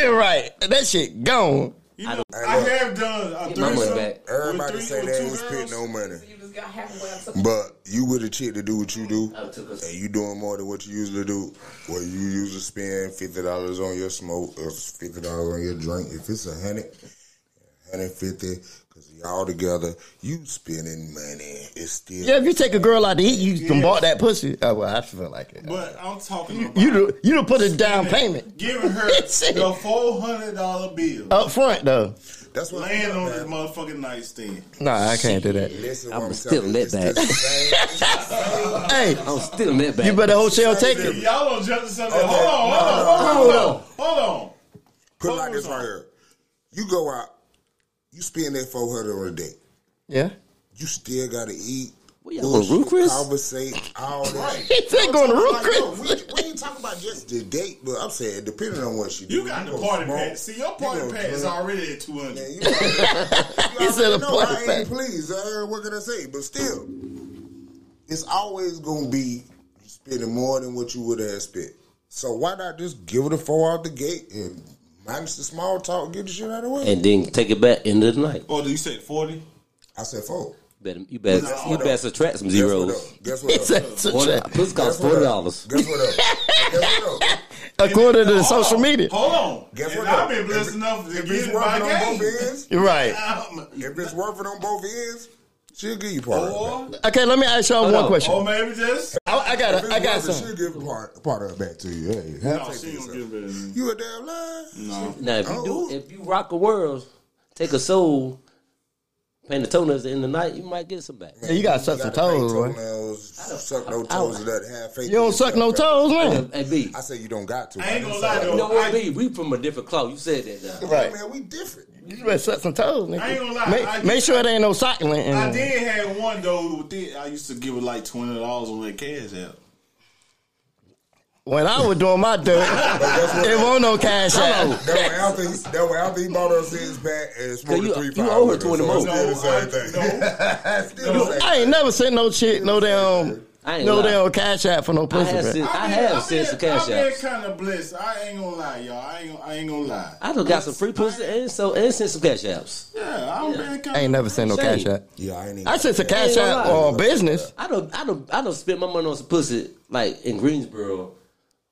Speaker 3: you.
Speaker 6: right. That shit gone.
Speaker 4: You know, I, have done a
Speaker 3: my money
Speaker 4: threesome
Speaker 3: back.
Speaker 5: Everybody
Speaker 4: with
Speaker 5: say
Speaker 4: three
Speaker 5: they
Speaker 4: with
Speaker 5: ain't
Speaker 4: two
Speaker 5: spent
Speaker 4: girls.
Speaker 5: no money.
Speaker 1: You just got halfway up to
Speaker 5: But you with a chick to do what you do,
Speaker 3: I Oh, took us-
Speaker 5: and you doing more than what you usually do. Well, you usually spend fifty dollars on your smoke, or fifty dollars on your drink. If it's a hundred, hundred fifty, because y'all together, you spending money. It's still
Speaker 6: Yeah, if you take a girl out to eat, you can bought that pussy. Oh, well, I feel like it.
Speaker 4: But I'm talking about
Speaker 6: You do, you done put a down payment
Speaker 4: giving her
Speaker 6: Shit.
Speaker 4: the four hundred dollar bill
Speaker 6: up front though.
Speaker 3: Oh.
Speaker 5: that's what
Speaker 4: laying on this
Speaker 5: I'm
Speaker 4: motherfucking nightstand.
Speaker 6: Nah, I can't do that.
Speaker 5: Listen,
Speaker 3: I'm
Speaker 5: what I'm
Speaker 3: still
Speaker 5: telling you,
Speaker 3: let
Speaker 5: it's the
Speaker 3: that.
Speaker 5: same-
Speaker 6: Hey,
Speaker 3: I'm still in that back.
Speaker 6: you better hotel take
Speaker 4: If
Speaker 6: it.
Speaker 4: y'all don't jump to something,
Speaker 5: Okay.
Speaker 4: hold on, hold on,
Speaker 3: No,
Speaker 4: hold
Speaker 3: no,
Speaker 4: on, hold on.
Speaker 5: Put it like this right here. You go out, you spend that four hundred on a date.
Speaker 6: Yeah.
Speaker 5: You still gotta eat.
Speaker 3: What, y'all on Ruth Chris?
Speaker 5: Conversate all that.
Speaker 6: He said going to root
Speaker 5: Like, yo,
Speaker 6: Chris.
Speaker 5: we, we ain't talking about just the date, but I'm saying depending on what she do.
Speaker 4: You got the
Speaker 5: gonna
Speaker 4: party
Speaker 5: smoke,
Speaker 4: pack. See, your
Speaker 5: you
Speaker 4: party
Speaker 5: gonna
Speaker 4: pack is
Speaker 5: drink,
Speaker 4: already at two
Speaker 5: and
Speaker 4: hundred.
Speaker 5: You already- you
Speaker 6: said a
Speaker 5: already know
Speaker 6: party
Speaker 5: I
Speaker 6: pack.
Speaker 5: ain't pleased. Uh, what can I say? But still, it's always gonna be you spending more than what you would have spent. So why not just give it a four out the gate and minus the small talk, get the shit out of the way?
Speaker 3: and then take it back end of the night.
Speaker 4: Or Oh, do you say forty?
Speaker 5: I said four.
Speaker 3: Better you better
Speaker 5: Nah,
Speaker 3: you
Speaker 5: hold
Speaker 3: better
Speaker 5: up.
Speaker 3: subtract some
Speaker 5: Guess what?
Speaker 3: zeros.
Speaker 5: Up? Guess
Speaker 6: He
Speaker 5: what? Up?
Speaker 6: said, so
Speaker 3: One
Speaker 6: tra-
Speaker 3: pussy
Speaker 5: Guess
Speaker 3: costs
Speaker 5: what
Speaker 3: forty
Speaker 5: up?
Speaker 3: dollars.
Speaker 5: Guess what? Up? Guess what? Up?
Speaker 6: according to the
Speaker 4: Hold
Speaker 6: social
Speaker 4: on,
Speaker 6: media.
Speaker 4: Hold on.
Speaker 5: Guess
Speaker 4: and
Speaker 5: what?
Speaker 4: I've
Speaker 5: up?
Speaker 4: been blessed
Speaker 5: If it-
Speaker 4: enough to
Speaker 5: if
Speaker 4: get
Speaker 5: it's
Speaker 4: in my
Speaker 5: working on both
Speaker 4: game.
Speaker 5: ends,
Speaker 6: You're right.
Speaker 4: Um,
Speaker 5: If it's worth it on both ends, she'll give you part of it.
Speaker 4: Or,
Speaker 6: Okay, let me ask y'all one
Speaker 3: on.
Speaker 6: question.
Speaker 4: or maybe just
Speaker 6: I, I
Speaker 5: If
Speaker 6: got
Speaker 5: it's
Speaker 6: a, I got
Speaker 5: worth it,
Speaker 6: some.
Speaker 5: She'll give part, part of it back to you. Hey, have
Speaker 4: no,
Speaker 5: faith
Speaker 4: oh, she
Speaker 5: in
Speaker 4: don't
Speaker 5: yourself.
Speaker 4: give it.
Speaker 5: You a damn lie.
Speaker 4: No,
Speaker 3: Now if you
Speaker 5: Oh.
Speaker 3: do if you rock a world, take a soul, paint the toenails at the end of the night, you might get some back.
Speaker 6: You gotta suck some toes, boy.
Speaker 5: Suck no toes. and let- have faith
Speaker 6: You don't
Speaker 5: in
Speaker 6: suck no
Speaker 5: yourself,
Speaker 6: toes, man.
Speaker 3: Hey B.
Speaker 5: I say you don't got to.
Speaker 4: I ain't gonna
Speaker 5: didn't
Speaker 4: lie,
Speaker 5: say
Speaker 4: though.
Speaker 5: I
Speaker 3: You know
Speaker 5: don't.
Speaker 3: what, B? We from a different cloth. You said that now.
Speaker 6: Right.
Speaker 5: Man, we different.
Speaker 6: You better suck some toes, nigga.
Speaker 4: I ain't gonna lie,
Speaker 6: Make,
Speaker 4: I-
Speaker 6: make sure it ain't no sock lint in
Speaker 4: I
Speaker 6: there.
Speaker 4: did have one though. With it, I used to give her like twenty dollars on that cash app.
Speaker 6: When I was doing my dirt,
Speaker 5: that's what-
Speaker 6: it wasn't no cash out.
Speaker 5: That way after he, that way after he bought her six pack and smoked
Speaker 3: Cause you-
Speaker 5: a three
Speaker 3: you
Speaker 5: five.
Speaker 3: owe her
Speaker 5: with
Speaker 3: 20
Speaker 5: so it's
Speaker 3: more.
Speaker 5: Still the same thing. still the same.
Speaker 6: I ain't never sent no shit, no damn,
Speaker 3: I ain't
Speaker 6: no
Speaker 3: lying.
Speaker 6: damn cash out for no
Speaker 3: I
Speaker 6: pussy.
Speaker 3: have
Speaker 6: bruh.
Speaker 3: sent, I have sent some cash
Speaker 4: I've been
Speaker 3: outs.
Speaker 4: kind of blessed. I ain't gonna lie, y'all. I ain't, gonna- I ain't gonna lie.
Speaker 3: I done got some free pussy and so and sent some cash outs.
Speaker 4: Yeah, I've been kind
Speaker 6: I ain't never sent no
Speaker 3: Shame.
Speaker 6: cash out.
Speaker 5: Yeah, I ain't even.
Speaker 6: I sent a
Speaker 3: ain't
Speaker 6: cash
Speaker 3: gonna
Speaker 6: out
Speaker 3: lie.
Speaker 6: on business.
Speaker 3: I don't I don't I don't spend my money on some pussy like in Greensboro.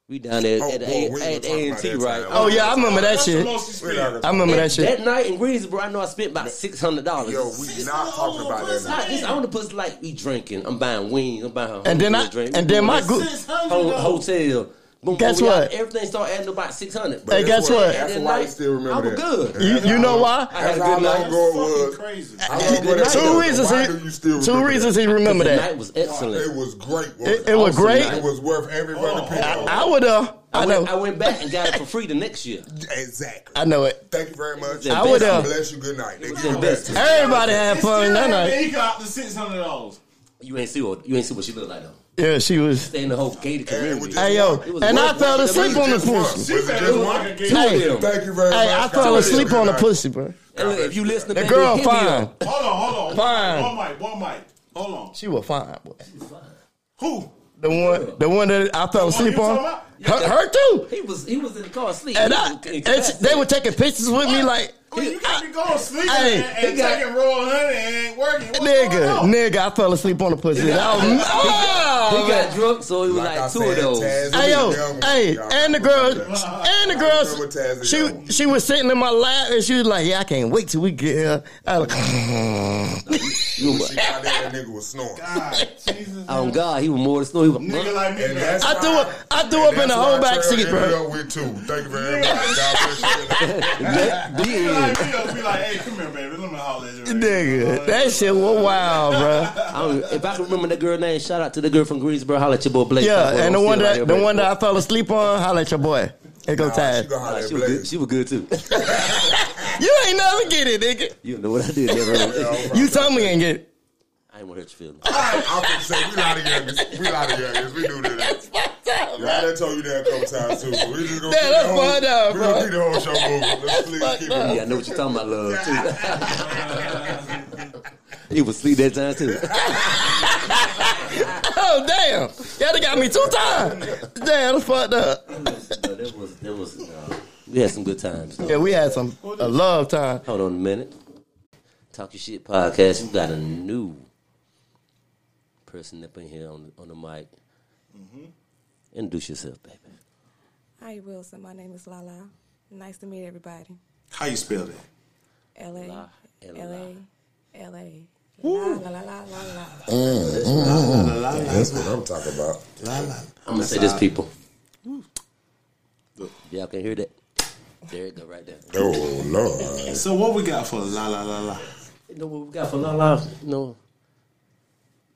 Speaker 3: We down there
Speaker 5: Oh,
Speaker 3: at the
Speaker 5: boy, we was
Speaker 3: A at the
Speaker 5: talking
Speaker 3: A and
Speaker 5: about
Speaker 3: T
Speaker 5: that
Speaker 3: right.
Speaker 5: time.
Speaker 6: Oh yeah, I remember that
Speaker 4: That's the
Speaker 6: shit.
Speaker 4: most you
Speaker 5: We're
Speaker 4: spend.
Speaker 5: not
Speaker 6: I
Speaker 5: gonna-
Speaker 6: remember that
Speaker 3: that,
Speaker 6: shit.
Speaker 3: that night in Greensboro, I know I spent about six hundred dollars.
Speaker 5: Yo, we not talking about that. now.
Speaker 3: Not this. I want to put like we drinking. I'm buying wings. I'm buying.
Speaker 6: And then I
Speaker 3: drink.
Speaker 6: and then my group.
Speaker 4: Six hundred
Speaker 3: Ho-
Speaker 4: dollars.
Speaker 3: hotel. Boom,
Speaker 6: Guess
Speaker 3: boom, y'all-
Speaker 6: what?
Speaker 3: Everything started adding about six hundred.
Speaker 6: Hey, guess what?
Speaker 5: That's why I still remember
Speaker 3: I'm
Speaker 5: that.
Speaker 3: good.
Speaker 6: You, you know
Speaker 3: I
Speaker 6: why?
Speaker 3: had a
Speaker 5: That's how
Speaker 3: good
Speaker 5: long
Speaker 3: night.
Speaker 5: ago it was.
Speaker 4: Fucking crazy.
Speaker 5: How long ago that
Speaker 6: Two
Speaker 5: was?
Speaker 6: reasons
Speaker 5: Why do you still
Speaker 6: he two
Speaker 5: remember
Speaker 6: reasons
Speaker 5: that?
Speaker 6: he remember
Speaker 3: The
Speaker 6: that.
Speaker 3: night was
Speaker 5: It
Speaker 3: excellent.
Speaker 5: was great. wasn't
Speaker 6: It, it was
Speaker 3: Awesome
Speaker 6: great.
Speaker 3: night.
Speaker 5: It was worth every fucking penny.
Speaker 6: I would uh. I
Speaker 3: I went, I
Speaker 6: know.
Speaker 3: went back and got it for free the next year.
Speaker 5: Exactly.
Speaker 6: I know it.
Speaker 5: Thank you very much.
Speaker 3: I would,
Speaker 6: uh,
Speaker 5: bless you. Good night. Nigga.
Speaker 3: the best.
Speaker 6: Everybody had fun that night.
Speaker 4: He got the six hundred dollars.
Speaker 3: You ain't see what you ain't see what she looked like though.
Speaker 6: Yeah, she was.
Speaker 3: Stay in the whole gated community.
Speaker 5: Hey,
Speaker 6: Hey yo,
Speaker 3: It was
Speaker 6: and I
Speaker 3: worth it.
Speaker 6: fell
Speaker 3: It
Speaker 6: asleep
Speaker 3: was
Speaker 6: on the
Speaker 5: Just once.
Speaker 6: pussy.
Speaker 5: Was it just one?
Speaker 4: like a
Speaker 5: Hey,
Speaker 4: game.
Speaker 6: Hey,
Speaker 3: Damn.
Speaker 5: Thank you very much.
Speaker 6: I fell
Speaker 5: God
Speaker 6: asleep
Speaker 5: bless you.
Speaker 6: on the
Speaker 5: Good
Speaker 6: pussy, bro.
Speaker 3: And look, if you listen to
Speaker 6: The
Speaker 3: back,
Speaker 6: girl
Speaker 3: hit me up.
Speaker 6: fine.
Speaker 4: Hold on, hold on.
Speaker 6: Fine.
Speaker 4: One mic, one mic. Hold on.
Speaker 6: She was fine. Boy.
Speaker 4: Who?
Speaker 6: The one, the one that I fell
Speaker 4: one you
Speaker 6: asleep
Speaker 4: talking
Speaker 6: on.
Speaker 4: about?
Speaker 6: Her, her too.
Speaker 3: He was he was in the car asleep.
Speaker 6: And
Speaker 3: He
Speaker 6: I,
Speaker 3: was
Speaker 6: and she-
Speaker 3: incapacitated.
Speaker 6: they were taking pictures with me like.
Speaker 4: I mean, Oh, you can't be going sleeping
Speaker 6: Hey,
Speaker 4: and, and
Speaker 3: he got-
Speaker 4: taking raw honey and ain't working. What's going
Speaker 6: Nigga,
Speaker 4: on?
Speaker 6: nigga, I fell asleep on the pussy. And I was, oh,
Speaker 3: he got drunk, so it was
Speaker 5: Like
Speaker 3: like,
Speaker 5: I
Speaker 3: two
Speaker 5: said,
Speaker 3: of
Speaker 5: Taz-
Speaker 3: those.
Speaker 6: Hey yo,
Speaker 5: Y'all-
Speaker 6: hey,
Speaker 5: y'all
Speaker 6: and the
Speaker 5: remember
Speaker 6: girls,
Speaker 5: that.
Speaker 6: and the
Speaker 5: remember
Speaker 6: girls,
Speaker 5: Taz
Speaker 6: she
Speaker 5: and
Speaker 6: she was sitting in my lap and she was like, "Yeah, I can't wait till we get here." I was like,
Speaker 5: She got there, that nigga was snoring.
Speaker 4: God, Jesus.
Speaker 3: Oh God, he was more than snow. He was
Speaker 4: Nigga like me.
Speaker 5: And
Speaker 4: man.
Speaker 5: that's
Speaker 6: I threw
Speaker 5: why-
Speaker 6: up- I threw up
Speaker 5: and
Speaker 6: in the
Speaker 5: that's
Speaker 6: whole
Speaker 5: why
Speaker 6: back
Speaker 5: Trail
Speaker 6: seat, bro.
Speaker 5: ended up with two. Thank you very much. God bless
Speaker 4: Nigga like me,
Speaker 5: you.
Speaker 4: I'll be like, hey, come here, baby. Let me holler at you.
Speaker 6: "Nigga, that shit was wild, bro."
Speaker 3: I don't, if I can remember that girl name, shout out to the girl from Greensboro. Holla at your boy Blake. Fuck, boy,
Speaker 6: Yeah, and the
Speaker 3: I'm
Speaker 6: one
Speaker 3: still out here,
Speaker 6: that the
Speaker 3: bro.
Speaker 6: one that I fell asleep on, holla at your boy. It go
Speaker 5: Nah,
Speaker 6: tired.
Speaker 5: She gonna holler
Speaker 3: Nah,
Speaker 5: at
Speaker 3: she, was good.
Speaker 5: Blaze.
Speaker 3: she was good too.
Speaker 6: You ain't never get it, nigga.
Speaker 3: you know what I did? Never.
Speaker 5: Yeah,
Speaker 6: You told me you ain't get it.
Speaker 3: I ain't want to hurt your feelings.
Speaker 5: I'm gonna say we lot of youngins. We lot of youngins. We do that.
Speaker 6: Fucked up,
Speaker 5: Yeah, I done told you that a couple times too. So we just gonna
Speaker 6: Yeah,
Speaker 5: keep
Speaker 6: that's
Speaker 5: the whole-
Speaker 6: fucked up,
Speaker 5: We
Speaker 6: bro.
Speaker 5: gonna keep the whole show moving. Let's please keep it
Speaker 3: Yeah, I
Speaker 5: moving.
Speaker 3: know what you're talking about, love. Too. he was sleep that time too.
Speaker 6: Oh damn! Y'all done got me two times. Damn, that's fucked up.
Speaker 3: No, that was that was. Uh, we had some good times. though.
Speaker 6: Yeah, we had some a love time.
Speaker 3: Hold on a minute. Talk your shit podcast. You got a new person up in here on on the mic. Mm-hmm. Introduce yourself, baby.
Speaker 8: Hi, Wilson. My name is Lala. Nice to meet everybody.
Speaker 4: How you spell that?
Speaker 8: L.A. L.A.
Speaker 3: Lala.
Speaker 8: L.A. La la la la la la.
Speaker 5: That's what I'm talking about.
Speaker 3: I'm gonna say this, people.
Speaker 4: Look.
Speaker 3: Y'all can hear that. There it go, right there.
Speaker 5: Oh Lord.
Speaker 4: So what we got for la la la la?
Speaker 3: You know what we got for Lala? You know,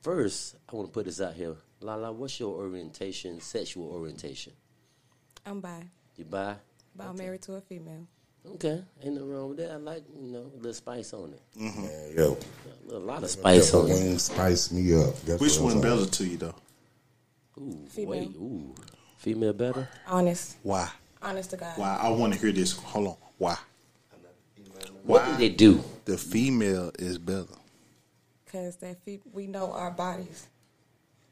Speaker 3: first I want to put this out here. Lala, what's your orientation, sexual orientation?
Speaker 8: I'm bi,
Speaker 3: You bi?
Speaker 8: but I'm married to a female.
Speaker 3: Okay, ain't nothing wrong with that. I like you know a little spice on it.
Speaker 5: Man, Yo,
Speaker 3: A lot of spice on it.
Speaker 5: wing spice me up. That's
Speaker 4: Which one
Speaker 5: what I'm talking
Speaker 4: better to you though?
Speaker 3: Ooh,
Speaker 8: Female.
Speaker 3: wait, ooh, female better.
Speaker 8: Honest.
Speaker 4: Why?
Speaker 8: Honest to God.
Speaker 4: Why? I want to hear this. Hold on. Why?
Speaker 3: What do they do?
Speaker 4: The female is better.
Speaker 8: Because that fe- we know our bodies.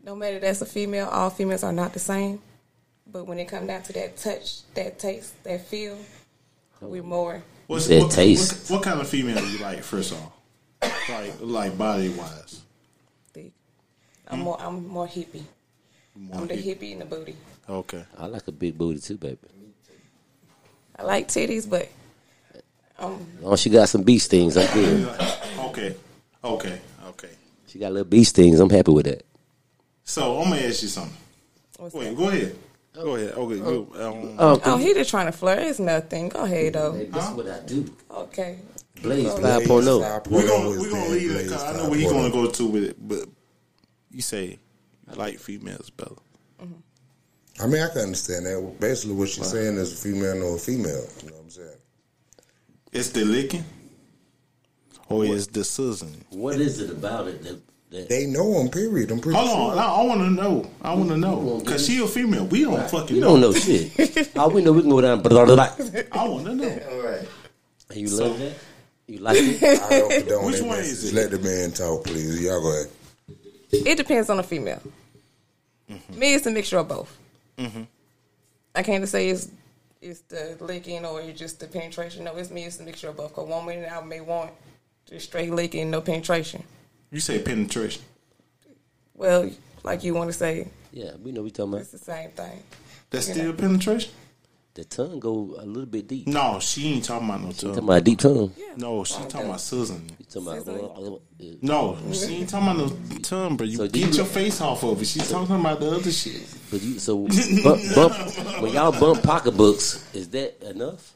Speaker 8: No matter that's a female, all females are not the same. But when it comes down to that touch, that taste, that feel, we're more.
Speaker 4: What's
Speaker 3: said
Speaker 4: what,
Speaker 3: taste.
Speaker 4: What, what kind of female you like? First off, like like body wise.
Speaker 8: Thick. I'm more. I'm more hippie. I'm the hippie and the booty.
Speaker 4: Okay.
Speaker 3: I like a big booty too, baby.
Speaker 8: I like titties, but um,
Speaker 3: As long as she got some bee stings, I'm good.
Speaker 4: Okay. Okay. Okay.
Speaker 3: She got little bee stings. I'm happy with that.
Speaker 4: So I'm gonna ask you something.
Speaker 8: what's that?
Speaker 4: Wait. Go ahead. Go ahead. Okay. Go, um,
Speaker 3: Oh,
Speaker 8: Oh, he just trying to flirt. It's nothing. Go ahead though.
Speaker 3: that's what I do.
Speaker 8: Okay.
Speaker 3: Blaze
Speaker 5: about.
Speaker 3: 5.0.
Speaker 4: we're gonna we're gonna leave that. 'cause I know where he's gonna go to with it, but you say I like females better.
Speaker 5: I mean, I can understand that. Basically, what she's saying is a female know a female. You know what I'm saying?
Speaker 4: It's the licking, or it's the sizzling.
Speaker 3: What is it about it that That,
Speaker 5: They know him. Period. I'm pretty
Speaker 4: Hold
Speaker 5: sure.
Speaker 4: on, I, want to know. I want to know because she a female. We don't fucking.
Speaker 3: we don't know shit. All we know we can go down. Blah, blah, blah.
Speaker 4: I want to know.
Speaker 5: All right.
Speaker 3: And you love that? You like it?
Speaker 5: I don't condone
Speaker 4: Which
Speaker 5: that
Speaker 4: one
Speaker 5: message.
Speaker 4: is it?
Speaker 5: Let the man talk, please. Y'all go ahead.
Speaker 8: It depends on the female.
Speaker 3: Mm-hmm.
Speaker 8: Me, it's a mixture of both. I can't say it's it's the licking or it's just the penetration. No, it's me. It's a mixture of both. Cause one minute I may want just straight licking, no penetration.
Speaker 4: You say penetration.
Speaker 8: Well, like you want to say,
Speaker 3: Yeah, we know we talking about.
Speaker 8: it's the same thing.
Speaker 4: That's still penetration.
Speaker 3: The tongue go a little bit deep.
Speaker 4: No, she ain't talking about no
Speaker 3: Talking
Speaker 4: tongue.
Speaker 3: about deep tongue.
Speaker 4: No, she talking about Susan.
Speaker 3: You talking about? uh,
Speaker 4: No, she ain't talking about no tongue, bro. You
Speaker 3: So do
Speaker 4: get
Speaker 3: you-
Speaker 4: your face off of it. She's talking about the other shit.
Speaker 3: But you, so bump, bump, when y'all bump pocketbooks, is that enough?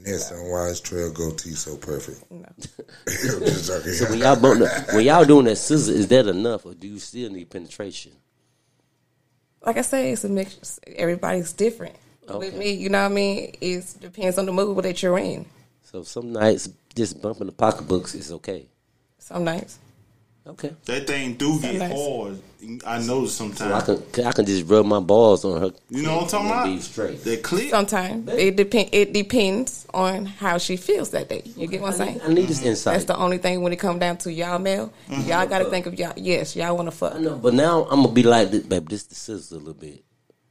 Speaker 5: Ness and Wise Trail goatee so perfect. I'm just joking.
Speaker 3: When y'all bump, when y'all doing that scissor, is that enough, or do you still need penetration?
Speaker 8: Like I say, it's a mixture. Everybody's different. With
Speaker 3: Okay.
Speaker 8: me, you know what I mean. It depends on the mood that you're in.
Speaker 3: So some nights just bumping the pocketbooks is okay.
Speaker 8: Some nights.
Speaker 3: Okay,
Speaker 4: That thing do get
Speaker 8: Nice.
Speaker 4: hard. I know
Speaker 3: I
Speaker 4: sometimes.
Speaker 3: can I can just rub my balls on her.
Speaker 4: You know what I'm talking
Speaker 3: and
Speaker 4: about?
Speaker 3: Be straight.
Speaker 4: That clip.
Speaker 8: Sometimes it depend. It depends on how she feels that day. You get what I'm saying?
Speaker 3: I need this
Speaker 8: That's
Speaker 3: insight.
Speaker 8: the only thing when it come down to y'all male. Y'all got to think of y'all. Yes, y'all want to fuck.
Speaker 3: I know, but now I'm gonna be like, this, babe, this the scissor a little bit.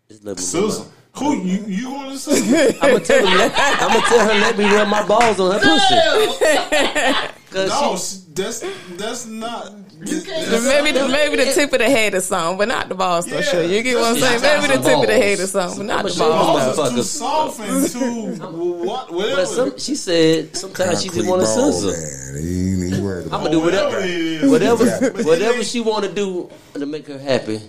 Speaker 3: This little bit
Speaker 4: Susan. Who you you going to Susan?
Speaker 3: I'm gonna tell her. let- I'm gonna tell her let me rub my balls on her pussy. 'Cause
Speaker 4: no, she, that's that's not.
Speaker 8: Maybe the, maybe the tip of the head or something, but not the balls. So
Speaker 4: Yeah.
Speaker 8: sure, you get what I'm saying.
Speaker 3: Yeah.
Speaker 8: Maybe the tip of the head or something, but not the
Speaker 3: Some
Speaker 8: balls.
Speaker 3: balls.
Speaker 4: Balls is
Speaker 3: Motherfuckers.
Speaker 4: too soft and too what whatever.
Speaker 3: But some, she said sometimes she just
Speaker 5: Concrete
Speaker 3: want a
Speaker 5: ball,
Speaker 3: scissor.
Speaker 5: man. He ain't even worried about
Speaker 3: I'm gonna do
Speaker 4: whatever
Speaker 3: whatever,
Speaker 4: it is.
Speaker 3: whatever,
Speaker 4: But it
Speaker 3: whatever
Speaker 4: ain't-
Speaker 3: she want to do to make her happy,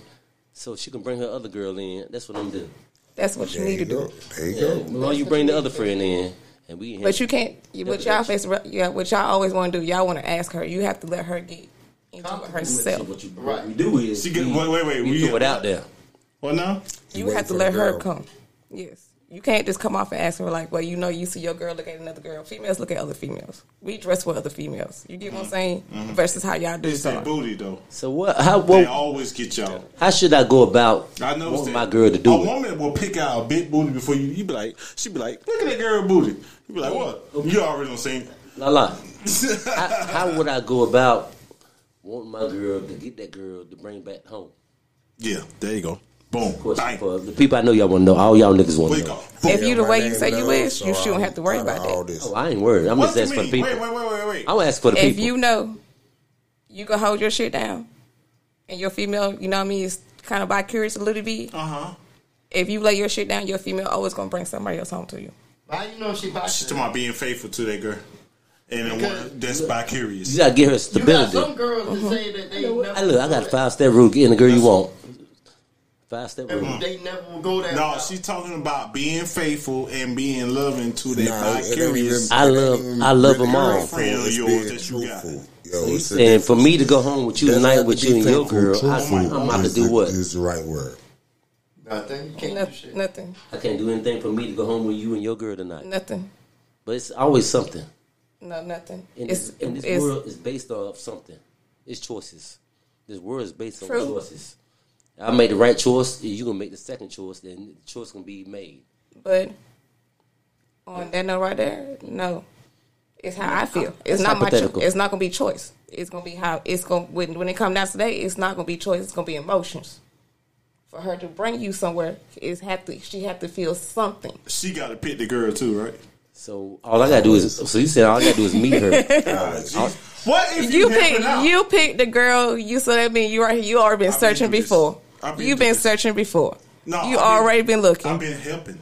Speaker 3: so she can bring her other girl in. That's what I'm doing.
Speaker 8: That's what you
Speaker 5: There
Speaker 8: need to
Speaker 5: you
Speaker 8: do.
Speaker 5: go. There you go.
Speaker 3: Well, you bring the other friend in, and we.
Speaker 8: But you can't. You, what y'all face? Yeah, what y'all always want to do? Y'all want to ask her. You have to let her get into it herself.
Speaker 3: What you, what we do is
Speaker 4: She get- wait, wait, wait,
Speaker 3: We,
Speaker 4: we-
Speaker 3: throw it out there.
Speaker 4: Well, no.
Speaker 8: You
Speaker 5: waiting
Speaker 8: have to
Speaker 5: for
Speaker 8: let
Speaker 5: the
Speaker 8: her
Speaker 5: girl.
Speaker 8: come. Yes. You can't just come off and ask her like, well, you know, you see your girl look at another girl. Females look at other females. We dress for other females. You get what I'm saying? Versus how y'all do
Speaker 4: It's that
Speaker 8: stuff.
Speaker 4: booty though.
Speaker 3: So what? How?
Speaker 4: They
Speaker 3: What,
Speaker 4: always get y'all.
Speaker 3: how should I go about?
Speaker 4: I know
Speaker 3: wanting
Speaker 4: that
Speaker 3: my girl to do
Speaker 4: A
Speaker 3: it.
Speaker 4: woman will pick out a big booty before you. You be like, she be like, look at that girl booty. You be
Speaker 3: Oh,
Speaker 4: like, what? You already don't seen.
Speaker 3: La la. how, how would I go about wanting my girl to get that girl to bring back home?
Speaker 4: Yeah, there you go. Boom.
Speaker 3: Question
Speaker 4: Bang.
Speaker 3: for the people I know y'all want to know. All y'all niggas want to
Speaker 4: Wake
Speaker 3: know.
Speaker 4: up.
Speaker 8: If you the
Speaker 5: My
Speaker 8: way you
Speaker 5: name
Speaker 8: say you
Speaker 5: Love,
Speaker 8: is,
Speaker 5: so
Speaker 8: you shouldn't
Speaker 5: I'm
Speaker 8: have to worry
Speaker 5: kinda
Speaker 8: about
Speaker 5: all
Speaker 8: that.
Speaker 5: this.
Speaker 3: Oh, I ain't worried. I'm
Speaker 4: What
Speaker 3: just
Speaker 4: you
Speaker 3: asking for
Speaker 4: mean?
Speaker 3: the
Speaker 4: Wait,
Speaker 3: people.
Speaker 4: wait, wait, wait, wait,
Speaker 3: I'm gonna ask for the
Speaker 8: If
Speaker 3: people.
Speaker 8: you know you gonna hold your shit down and your female, you know what I mean, is kind of bi curious a little bit.
Speaker 4: Uh huh.
Speaker 8: If you lay your shit down, your female always gonna bring somebody else home to you.
Speaker 9: How you know she
Speaker 4: She's
Speaker 9: boxing?
Speaker 4: talking about being faithful to that girl, and then one, that's by curious.
Speaker 3: you gotta give her
Speaker 9: You got
Speaker 3: stability.
Speaker 9: some girls that say that they never.
Speaker 3: I look, I got a
Speaker 9: go
Speaker 3: five step rule. Getting the girl you want. Five step
Speaker 9: that-
Speaker 3: rule.
Speaker 9: They never will go that.
Speaker 4: No,
Speaker 9: route.
Speaker 4: she's talking about being faithful and being loving to that
Speaker 5: Nah,
Speaker 4: by
Speaker 5: it ain't
Speaker 4: curious.
Speaker 5: even-
Speaker 3: I love-
Speaker 5: it ain't even
Speaker 3: I love
Speaker 5: really
Speaker 3: them all.
Speaker 5: truthful.
Speaker 4: Friend of
Speaker 5: It's
Speaker 4: yours
Speaker 5: being
Speaker 4: that you got.
Speaker 5: truthful. Yo, it's a
Speaker 3: And for me to go home with you
Speaker 5: That's
Speaker 3: tonight
Speaker 5: not
Speaker 3: with
Speaker 5: to
Speaker 3: you
Speaker 5: be
Speaker 3: and your
Speaker 5: faithful,
Speaker 3: girl, I,
Speaker 5: truthful
Speaker 3: I'm about to
Speaker 5: is
Speaker 3: do
Speaker 5: the-
Speaker 3: what?
Speaker 5: Is the right word.
Speaker 9: nothing. You can't do
Speaker 8: Noth-
Speaker 9: shit.
Speaker 8: nothing.
Speaker 3: I can't do anything for me to go home with you and your girl tonight.
Speaker 8: Nothing.
Speaker 3: But it's always something.
Speaker 8: No, nothing.
Speaker 3: And
Speaker 8: it's
Speaker 3: this, and this
Speaker 8: it's
Speaker 3: world is based off something. It's choices. This world is based on
Speaker 8: True.
Speaker 3: choices. I made the right choice. You gonna make the second choice, then the choice gonna be made.
Speaker 8: But on that note right there, no. It's how I feel. It's
Speaker 3: That's
Speaker 8: not my. Cho-
Speaker 3: hypothetical.
Speaker 8: it's not gonna be choice. It's gonna be how it's gonna when when it comes down today. It's not gonna be choice. It's gonna be emotions. For her to bring you somewhere, is have to she have to feel something.
Speaker 4: She got to pick the girl too, right?
Speaker 3: So all I gotta do is. So you said all I gotta do is meet her.
Speaker 4: What if you,
Speaker 8: You
Speaker 4: helping
Speaker 8: pick
Speaker 4: out?
Speaker 8: you pick the girl you so that mean you are you already been
Speaker 4: I've been
Speaker 8: searching
Speaker 4: through this.
Speaker 8: before.
Speaker 4: I've been
Speaker 8: You've
Speaker 4: through
Speaker 8: been
Speaker 4: this.
Speaker 8: searching before.
Speaker 4: No, I've
Speaker 8: you
Speaker 4: been-
Speaker 8: already been looking.
Speaker 4: I've been helping.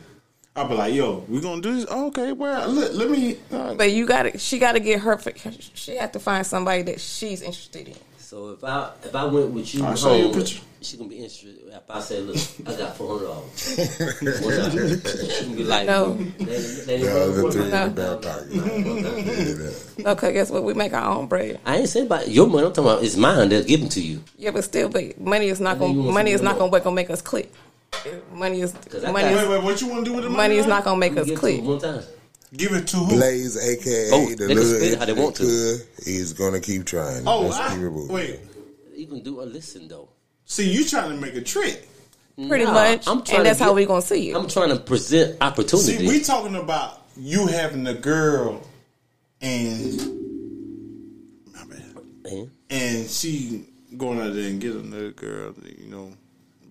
Speaker 4: I be like, yo, we gonna do this? Okay, well, look, let me. uh,
Speaker 8: but you got to she got to get her. She have to find somebody that she's interested in.
Speaker 3: so if I if I went with you
Speaker 4: I'll
Speaker 3: home,
Speaker 4: show you a picture.
Speaker 3: she gonna be interested. If I say, look, I got four hundred dollars, she gonna be like,
Speaker 8: No.
Speaker 3: "Let- let me
Speaker 5: The
Speaker 3: run
Speaker 5: other
Speaker 3: with
Speaker 5: three in
Speaker 3: it."
Speaker 5: the back
Speaker 4: Mm.
Speaker 5: pocket.
Speaker 8: No, cause guess what? We make our own bread.
Speaker 3: I ain't saying about your money. I'm talking about it's mine. They'll give them to you.
Speaker 8: Yeah, but still, but money is not
Speaker 3: know
Speaker 8: gonna
Speaker 3: you want
Speaker 8: money is
Speaker 3: some
Speaker 8: not
Speaker 3: more.
Speaker 8: gonna work gonna make us click. Money is
Speaker 3: I
Speaker 8: money
Speaker 3: got-
Speaker 4: Wait,
Speaker 8: is,
Speaker 4: wait, what you want to do with the money?
Speaker 8: money is
Speaker 4: now?
Speaker 8: not gonna make us
Speaker 3: Give it to
Speaker 8: click.
Speaker 3: them one time.
Speaker 4: Give it to who?
Speaker 5: Blaze, aka
Speaker 3: Oh,
Speaker 5: the
Speaker 3: they can
Speaker 5: little
Speaker 3: spit it how they want to.
Speaker 5: Hood, He's gonna keep trying.
Speaker 4: Oh,
Speaker 5: Let's
Speaker 4: I,
Speaker 5: keep it moving.
Speaker 4: wait.
Speaker 3: You can do a listen though.
Speaker 4: See, you trying to make a trick.
Speaker 8: Pretty
Speaker 3: Nah,
Speaker 8: much.
Speaker 3: I'm trying
Speaker 8: and that's
Speaker 3: to
Speaker 8: how
Speaker 3: get-
Speaker 8: we gonna see you.
Speaker 3: I'm trying to present opportunity.
Speaker 4: See, we talking about you having a girl and my bad.
Speaker 3: Man,
Speaker 4: and she going out there and get another girl, you know,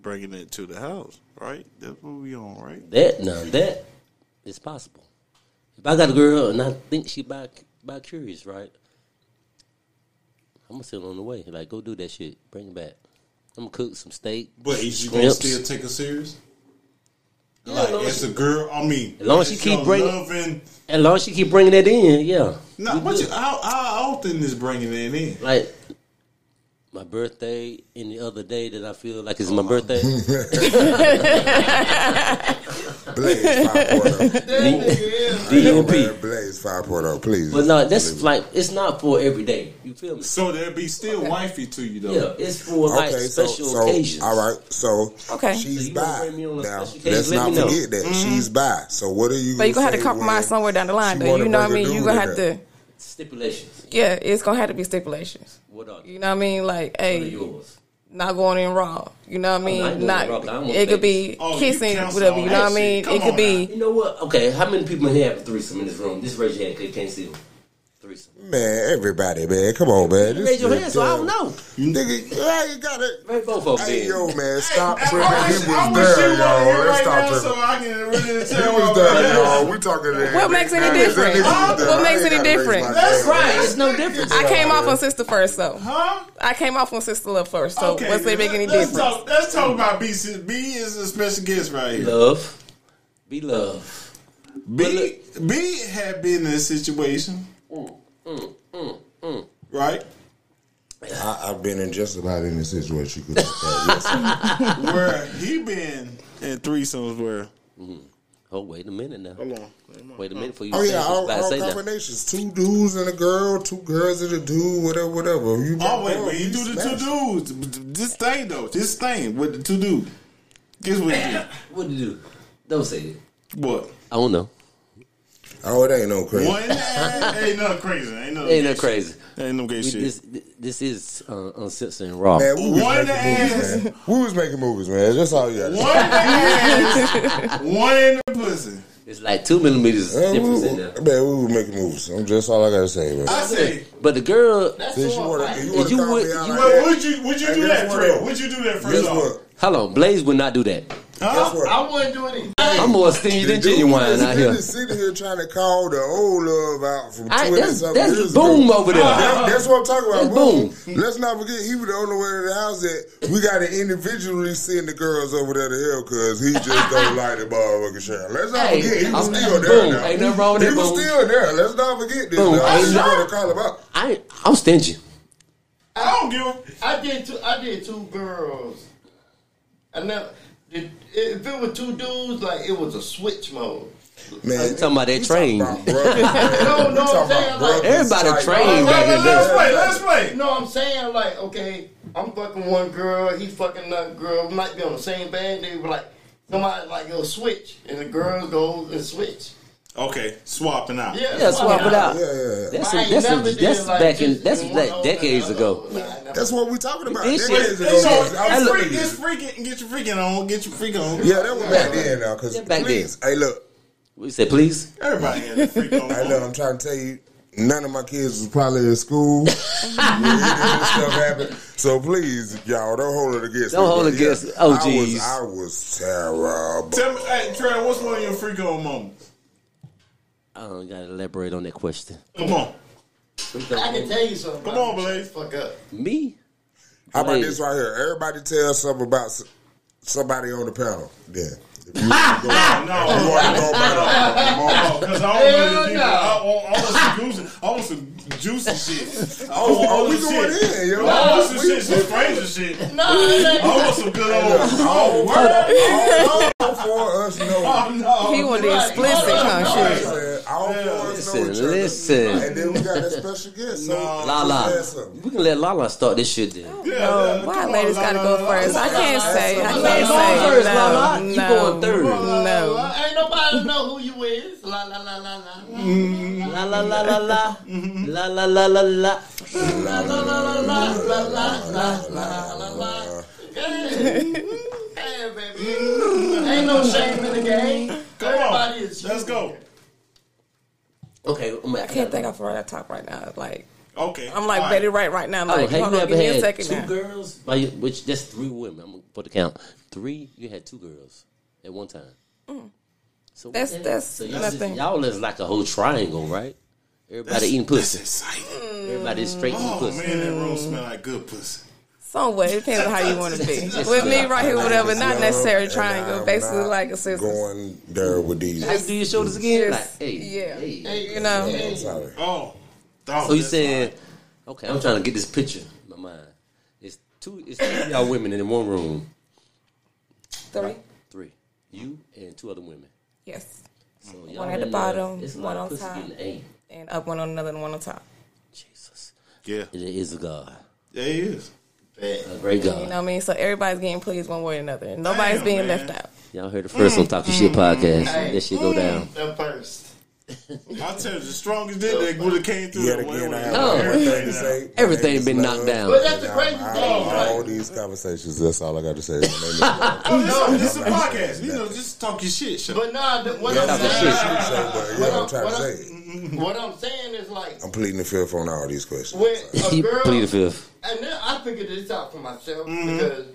Speaker 4: bringing it to the house, right? That's what we on, right?
Speaker 3: that now that is possible. If I got a girl and I think she bi bi curious, right? I'm gonna send her on the way. Like, go do that shit. Bring it back. I'm gonna cook some steak.
Speaker 4: But is you gonna
Speaker 3: shrimps.
Speaker 4: still take her serious?
Speaker 3: Yeah,
Speaker 4: Like,
Speaker 3: as long as
Speaker 4: it's
Speaker 3: she-
Speaker 4: a girl. I mean,
Speaker 3: As long as she
Speaker 4: it's
Speaker 3: keep
Speaker 4: your
Speaker 3: bringing-
Speaker 4: loving.
Speaker 3: As long as she keep bringing that in, yeah.
Speaker 4: No, but you, how, how often is bringing that in?
Speaker 3: Like my birthday and the other day that I feel like it's my birthday.
Speaker 5: Blaze 5.0.
Speaker 3: DMP.
Speaker 5: Blaze 5.0, please.
Speaker 3: But no, that's like it's not for every day. You feel me?
Speaker 4: So there'll be still wifey to you though.
Speaker 3: Yeah, it's for like special occasions.
Speaker 5: All right, so
Speaker 8: Okay.
Speaker 5: she's
Speaker 3: So you wanna
Speaker 5: by
Speaker 3: bring me on a
Speaker 5: now.
Speaker 3: special occasion,
Speaker 5: Let's
Speaker 3: let
Speaker 5: not
Speaker 3: me know.
Speaker 5: forget that she's by. So what are you?
Speaker 8: but you're gonna have
Speaker 5: say
Speaker 8: to compromise
Speaker 5: when
Speaker 8: somewhere down the line,
Speaker 5: she
Speaker 8: though.
Speaker 5: wanna
Speaker 8: You know what I
Speaker 5: bring a
Speaker 8: mean? You're
Speaker 5: dude
Speaker 8: gonna
Speaker 5: in
Speaker 8: have
Speaker 5: there?
Speaker 8: to
Speaker 3: Stipulations.
Speaker 8: yeah, it's gonna have to be stipulations.
Speaker 3: What are
Speaker 8: You know what I mean? Like,
Speaker 3: What are
Speaker 8: hey,
Speaker 3: yours?
Speaker 8: not going in raw. You know what I
Speaker 3: not
Speaker 8: mean?
Speaker 3: going
Speaker 8: Not,
Speaker 3: in raw, 'cause Oh, I don't want
Speaker 8: it could
Speaker 3: babies.
Speaker 8: be
Speaker 4: Oh, you
Speaker 8: kissing,
Speaker 4: cancel
Speaker 8: whatever.
Speaker 4: all
Speaker 8: You know
Speaker 4: that
Speaker 8: what I mean?
Speaker 4: shit. Come
Speaker 8: It could
Speaker 4: on
Speaker 8: be
Speaker 3: You know what? Okay, how many people in here have a threesome in this room? Just raise your hand 'cause you can't see them. Threesome.
Speaker 5: Man, everybody, man, come on, man. This
Speaker 3: Raise your
Speaker 5: is
Speaker 3: hand, so I don't know.
Speaker 5: dumb. Nigga, yeah, you got it.
Speaker 3: Raise both of them.
Speaker 5: Hey,
Speaker 3: then.
Speaker 5: yo, man, stop
Speaker 4: I
Speaker 5: tripping.
Speaker 4: wish-
Speaker 5: He
Speaker 4: I
Speaker 5: was
Speaker 4: wish you
Speaker 5: there,
Speaker 4: were
Speaker 5: y'all.
Speaker 4: here
Speaker 5: Let's
Speaker 4: right
Speaker 5: stop
Speaker 4: now
Speaker 5: tripping.
Speaker 4: so I can really
Speaker 5: He
Speaker 4: tell
Speaker 5: was
Speaker 4: what I'm
Speaker 5: there,
Speaker 4: doing.
Speaker 5: y'all. We talking that.
Speaker 8: What makes any difference? What makes any difference?
Speaker 4: That's
Speaker 3: Right, it's no difference.
Speaker 8: I came off on sister first, so
Speaker 4: Huh?
Speaker 8: I came off on sister love first. So
Speaker 4: Okay,
Speaker 8: what's they make any
Speaker 4: let's
Speaker 8: difference?
Speaker 4: Talk, let's talk about B. since B is a special guest right here.
Speaker 3: Love. Be love.
Speaker 4: B B had been in a situation,
Speaker 3: Mm,
Speaker 4: right,
Speaker 5: I, I've been in just about any situation you could. Yes,
Speaker 4: where he been in threesomes where.
Speaker 3: Oh, wait a minute now. Wait a minute before you
Speaker 5: Oh
Speaker 3: say
Speaker 5: yeah,
Speaker 3: what you
Speaker 5: all,
Speaker 3: about to
Speaker 5: all
Speaker 3: say now.
Speaker 5: combinations. Two dudes and a girl, two girls and a dude, whatever, whatever. You
Speaker 4: Oh wait,
Speaker 5: bro,
Speaker 4: but you do the
Speaker 5: smash.
Speaker 4: two dudes. But This thing though, this thing with the two dudes. Guess what he did?
Speaker 3: What do you do? Don't say that.
Speaker 4: What?
Speaker 3: I don't know.
Speaker 5: Oh, it ain't no crazy.
Speaker 4: One ain't nothing crazy. Ain't nothing.
Speaker 3: Ain't that crazy?
Speaker 4: Ain't no gay
Speaker 3: We,
Speaker 4: shit.
Speaker 3: this this is uh, uncensored and raw.
Speaker 5: Man, we was
Speaker 4: One
Speaker 5: making
Speaker 4: ass.
Speaker 5: movies, man. We was making movies, man. That's all you got.
Speaker 4: One in the ass, one in the pussy.
Speaker 3: It's like two millimeters
Speaker 5: Man, we,
Speaker 3: difference in there.
Speaker 5: man, we was making movies. I'm just all I gotta say, man.
Speaker 4: I say,
Speaker 3: But the girl,
Speaker 5: Since you wanna, you
Speaker 3: You
Speaker 5: wanna call
Speaker 3: would-
Speaker 5: me out
Speaker 3: you
Speaker 4: but
Speaker 5: like that,
Speaker 4: would you would you
Speaker 5: Hey,
Speaker 4: do
Speaker 5: guess
Speaker 4: that
Speaker 5: what?
Speaker 4: first? Would you do that first
Speaker 5: guess
Speaker 4: off?
Speaker 5: what?
Speaker 3: hold on, Blaze would not do that.
Speaker 5: Guess
Speaker 4: Huh?
Speaker 5: what?
Speaker 9: I wouldn't do anything.
Speaker 3: I'm more stingy than genuine out here.
Speaker 5: Just sitting here trying to call the old love out from
Speaker 3: I,
Speaker 5: twenty
Speaker 3: that's
Speaker 5: something
Speaker 3: that's
Speaker 5: years
Speaker 3: boom
Speaker 5: ago.
Speaker 3: over there.
Speaker 5: That- that's what I'm talking about.
Speaker 3: That's boom.
Speaker 5: Boom. Let's not forget he was the only one in the house that we got to individually send the girls over there to hell because he just don't like the motherfucking shit. Let's not
Speaker 3: Hey,
Speaker 5: forget he was
Speaker 3: I'm-
Speaker 5: still there.
Speaker 3: boom.
Speaker 5: Now.
Speaker 3: Ain't nothing wrong with
Speaker 5: he
Speaker 3: that,
Speaker 5: was
Speaker 3: boom.
Speaker 5: still there. Let's not forget this.
Speaker 3: Boom.
Speaker 5: Boom. I
Speaker 3: Ain't
Speaker 5: just
Speaker 3: nothing-
Speaker 5: want to call him out.
Speaker 3: I I'm stingy.
Speaker 4: I don't give. a-
Speaker 9: I did two. I did two girls. I never. Did, if it were two dudes, like it was a switch mode.
Speaker 5: Man,
Speaker 3: You talking about that train?
Speaker 9: No, no, I'm saying like.
Speaker 3: Everybody trained
Speaker 9: No,
Speaker 3: back
Speaker 9: no,
Speaker 3: in
Speaker 9: no,
Speaker 3: the
Speaker 9: let's
Speaker 3: day.
Speaker 9: play. Let's
Speaker 4: Wait, let's
Speaker 9: play.
Speaker 4: wait.
Speaker 9: No, I'm saying like, okay, I'm fucking one girl, he fucking another girl. We might be on the same band. They were like, somebody like go switch, and the girls go and switch.
Speaker 4: Okay, swapping out.
Speaker 9: Yeah,
Speaker 3: Yeah, swap it out.
Speaker 5: Yeah, yeah, yeah.
Speaker 3: That's
Speaker 9: I
Speaker 3: a,
Speaker 9: ain't
Speaker 3: that's
Speaker 9: never
Speaker 3: a,
Speaker 9: did,
Speaker 3: that's
Speaker 9: like,
Speaker 3: back in
Speaker 9: just
Speaker 3: that's
Speaker 9: one
Speaker 3: like
Speaker 9: over
Speaker 3: decades
Speaker 9: the
Speaker 3: ago.
Speaker 9: other. Nah, I never-
Speaker 5: That's what we talking about.
Speaker 3: This
Speaker 5: That
Speaker 3: shit-
Speaker 5: is a
Speaker 4: It's
Speaker 5: good
Speaker 4: on.
Speaker 5: one. I
Speaker 4: It's
Speaker 5: was looking
Speaker 4: freak,
Speaker 5: at
Speaker 4: it's
Speaker 5: you.
Speaker 4: freaking. Get your freaking on. Get your freaking on.
Speaker 5: Yeah, that was back then now. Cause
Speaker 3: Yeah, back
Speaker 5: please, hey, look,
Speaker 3: We said, please.
Speaker 4: Everybody had a freak on.
Speaker 5: I know. I'm trying to tell you, none of my kids was probably in school. when this stuff happened. So please, y'all, don't hold it against
Speaker 3: Don't
Speaker 5: me.
Speaker 3: hold
Speaker 5: But
Speaker 3: it against- oh,
Speaker 5: I was,
Speaker 3: geez.
Speaker 5: I was terrible.
Speaker 4: Tell me, hey, Trey, what's one of your freak on moments?
Speaker 3: I don't gotta elaborate on that question.
Speaker 4: Come on.
Speaker 9: I can tell you something.
Speaker 4: Come on, Blaze.
Speaker 9: Fuck up.
Speaker 3: Me?
Speaker 5: How about
Speaker 3: Please.
Speaker 5: this right here? Everybody tell something about s- somebody on the panel. Yeah. If you want to
Speaker 4: No,
Speaker 5: go you
Speaker 4: no,
Speaker 5: wanna go back up.
Speaker 4: no, because Oh, I don't
Speaker 9: Hell
Speaker 4: want to
Speaker 9: no.
Speaker 4: I want, I want some juicy. I want some juicy shit. I
Speaker 5: Oh,
Speaker 4: want,
Speaker 5: oh,
Speaker 4: I
Speaker 5: we
Speaker 4: want some
Speaker 5: going
Speaker 4: shit.
Speaker 5: in, yo.
Speaker 4: I want some
Speaker 5: We-
Speaker 4: shit, some stranger shit.
Speaker 9: No, it
Speaker 4: I
Speaker 9: ain't.
Speaker 4: want some good old. Oh,
Speaker 5: Oh, word. Oh, no, for us, no.
Speaker 4: oh no.
Speaker 8: He wanted explicit, huh?
Speaker 5: I
Speaker 8: Shit.
Speaker 5: said, all for us, know
Speaker 3: Listen,
Speaker 5: each other.
Speaker 3: listen.
Speaker 5: And then we got that special guest. So
Speaker 4: No.
Speaker 3: Lala. We can let Lala start this shit then.
Speaker 8: No,
Speaker 4: yeah,
Speaker 8: Oh, why
Speaker 4: come
Speaker 8: ladies
Speaker 4: on,
Speaker 8: gotta
Speaker 4: la,
Speaker 8: go
Speaker 4: la, la,
Speaker 8: first? I
Speaker 4: la,
Speaker 8: can't
Speaker 4: la,
Speaker 8: say.
Speaker 4: la,
Speaker 8: I
Speaker 4: la,
Speaker 8: can't
Speaker 4: la,
Speaker 8: say.
Speaker 4: la,
Speaker 3: first,
Speaker 8: no,
Speaker 3: Lala. You going third.
Speaker 8: No.
Speaker 6: Ain't nobody know who you is. La la la la la.
Speaker 3: La la la la la.
Speaker 9: Mm-hmm.
Speaker 3: La la la la la.
Speaker 6: Hey, baby. Ain't no shame in the game. Everybody
Speaker 4: Come on.
Speaker 6: is.
Speaker 4: Let's go.
Speaker 3: Okay, I'm
Speaker 8: I can't think off right off top right now. Like
Speaker 4: Okay.
Speaker 8: I'm like
Speaker 4: all right.
Speaker 8: Betty Wright right now. I'm
Speaker 3: Oh,
Speaker 8: like,
Speaker 3: have
Speaker 8: hold
Speaker 3: you
Speaker 8: on, give
Speaker 3: ever
Speaker 8: me a
Speaker 3: had
Speaker 8: second
Speaker 3: two
Speaker 8: now.
Speaker 3: girls? By you- which that's three women. I'm gonna put the count. Three. You had two girls at one time. So
Speaker 8: Mm.
Speaker 3: what
Speaker 8: That's-
Speaker 3: the-
Speaker 8: that's
Speaker 3: so y'all
Speaker 8: nothing.
Speaker 3: Is, y'all is like a whole triangle, right? Everybody eating pussy.
Speaker 4: That's exciting.
Speaker 3: Everybody straight eating
Speaker 4: Oh
Speaker 3: pussy.
Speaker 4: man, that room smell like good pussy.
Speaker 8: Somewhat. It depends on how you want to be. With me right here, whatever, not necessarily triangle,
Speaker 5: I'm
Speaker 8: basically
Speaker 5: not
Speaker 8: like a sister.
Speaker 5: Going there with these.
Speaker 3: Like, do your shoulders again? Like,
Speaker 8: Just-
Speaker 3: hey,
Speaker 8: yeah.
Speaker 3: hey.
Speaker 8: You know?
Speaker 5: I'm sorry.
Speaker 4: Oh. Dog,
Speaker 3: So you
Speaker 4: that's
Speaker 3: said, okay, I'm trying to get this picture in my mind. It's two. It's three of y'all women in one room.
Speaker 8: Three.
Speaker 3: Three. You and two other women.
Speaker 8: Yes.
Speaker 3: So
Speaker 8: One at
Speaker 3: in
Speaker 8: the
Speaker 3: love.
Speaker 8: bottom,
Speaker 3: It's a
Speaker 8: one
Speaker 3: lot of
Speaker 8: on
Speaker 3: pussy
Speaker 8: top.
Speaker 3: getting ate.
Speaker 8: And up one on another and one on top.
Speaker 3: Jesus.
Speaker 4: Yeah.
Speaker 3: It is a God.
Speaker 4: There he is.
Speaker 3: A great
Speaker 8: You
Speaker 3: God.
Speaker 8: know what I mean? So everybody's getting pleased one way or another. And nobody's
Speaker 4: Damn,
Speaker 8: being
Speaker 4: man.
Speaker 8: left out.
Speaker 3: Y'all heard the first
Speaker 8: Mm,
Speaker 3: on Talk Your Shit podcast.
Speaker 6: Hey.
Speaker 3: That shit go down.
Speaker 6: The first.
Speaker 4: I tell you, the strongest dick that would have came through.
Speaker 5: Yet
Speaker 4: the
Speaker 5: again,
Speaker 4: window.
Speaker 5: I have
Speaker 3: Oh.
Speaker 5: one thing to say.
Speaker 3: Everything
Speaker 5: Ladies
Speaker 3: been
Speaker 5: love.
Speaker 3: knocked down.
Speaker 6: But that's the crazy
Speaker 5: I'm
Speaker 6: thing,
Speaker 5: out of
Speaker 6: right?
Speaker 5: All these conversations, that's all I got to say. My name is Love.
Speaker 4: Oh, this, this is a podcast. You know, just talk your shit. Shut
Speaker 6: But nah, the, what,
Speaker 5: That's
Speaker 6: I'm
Speaker 5: what
Speaker 6: saying,
Speaker 5: I'm saying, but yeah, I'm trying to say it.
Speaker 6: what I'm saying is like
Speaker 5: I'm pleading the fifth on all these questions.
Speaker 6: when a
Speaker 3: He
Speaker 6: girl
Speaker 3: pleaded fifth.
Speaker 6: and then I figured this out for myself because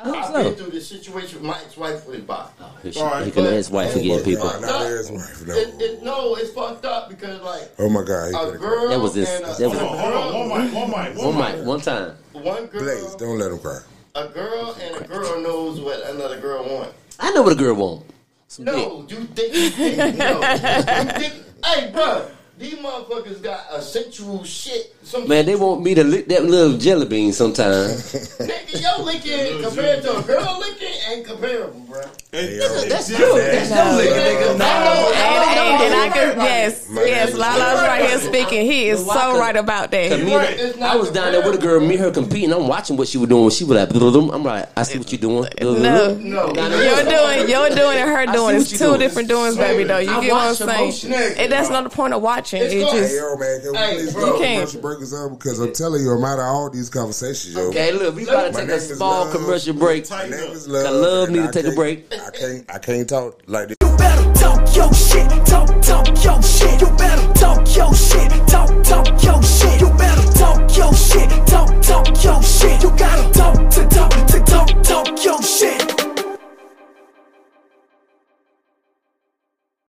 Speaker 6: I've
Speaker 3: so.
Speaker 6: been through this situation with my ex-wife with by.
Speaker 3: He
Speaker 4: All right,
Speaker 3: can ask wife again,
Speaker 5: Fuck,
Speaker 3: people.
Speaker 5: nah, nah, there's my- no.
Speaker 6: It, it, no, it's fucked up because like
Speaker 5: Oh my God! he
Speaker 6: a
Speaker 5: could've-
Speaker 6: girl
Speaker 3: That was this-
Speaker 6: and a,
Speaker 3: that was-
Speaker 4: Hold on, hold on. One mic, one mic, one,
Speaker 3: One
Speaker 4: mic.
Speaker 3: mic, one time.
Speaker 6: one girl,
Speaker 5: Blaze, don't let him cry.
Speaker 6: a girl and a girl knows what another girl wants.
Speaker 3: I know what a girl want. Some dick.
Speaker 6: No, you think you think no. you think, hey, bro, these motherfuckers got a sensual shit. Some
Speaker 3: Man, they want me to lick that little jelly bean sometime.
Speaker 6: Nigga, your licking compared to a girl licking ain't comparable, bro.
Speaker 3: That's true. That's no licking, nigga.
Speaker 8: And,
Speaker 4: Oh,
Speaker 8: and, and I could,
Speaker 6: Right.
Speaker 8: yes, yes, Lala's right here speaking. He is so right about
Speaker 3: Cause
Speaker 8: that.
Speaker 3: me
Speaker 4: Right.
Speaker 6: It's
Speaker 3: and- I
Speaker 6: not
Speaker 3: was down there with a girl,
Speaker 6: comparable.
Speaker 3: me and her competing. I'm watching what she was doing. She was like, "Blum." I'm like, I see what you're doing. Blum.
Speaker 8: No.
Speaker 6: No.
Speaker 3: Down there
Speaker 8: You're
Speaker 3: with her.
Speaker 8: doing, you're doing, and her
Speaker 3: see
Speaker 8: doing.
Speaker 3: what
Speaker 8: It's
Speaker 3: you
Speaker 8: two
Speaker 3: doing.
Speaker 8: different doings, baby. Though you
Speaker 3: I
Speaker 8: get what
Speaker 3: watch your
Speaker 8: I'm
Speaker 3: motions.
Speaker 8: saying. And that's not the point of watching.
Speaker 6: It's
Speaker 8: It
Speaker 6: going-
Speaker 8: just
Speaker 5: Hey, yo, man, can we
Speaker 6: Hey,
Speaker 5: please
Speaker 6: bro.
Speaker 5: bro,
Speaker 6: You
Speaker 8: can't.
Speaker 5: commercial break us up? Because I'm telling you, I'm out of all these conversations, yo.
Speaker 3: Okay, look, we about
Speaker 5: My
Speaker 3: to take
Speaker 5: name
Speaker 3: a
Speaker 5: is
Speaker 3: small
Speaker 5: Love.
Speaker 3: commercial break.
Speaker 5: My name is
Speaker 3: I love
Speaker 5: and
Speaker 3: me to
Speaker 5: I
Speaker 3: take a
Speaker 5: can't-
Speaker 3: break.
Speaker 5: I can't, I can't talk like this.
Speaker 2: You better talk your shit, talk, talk your shit.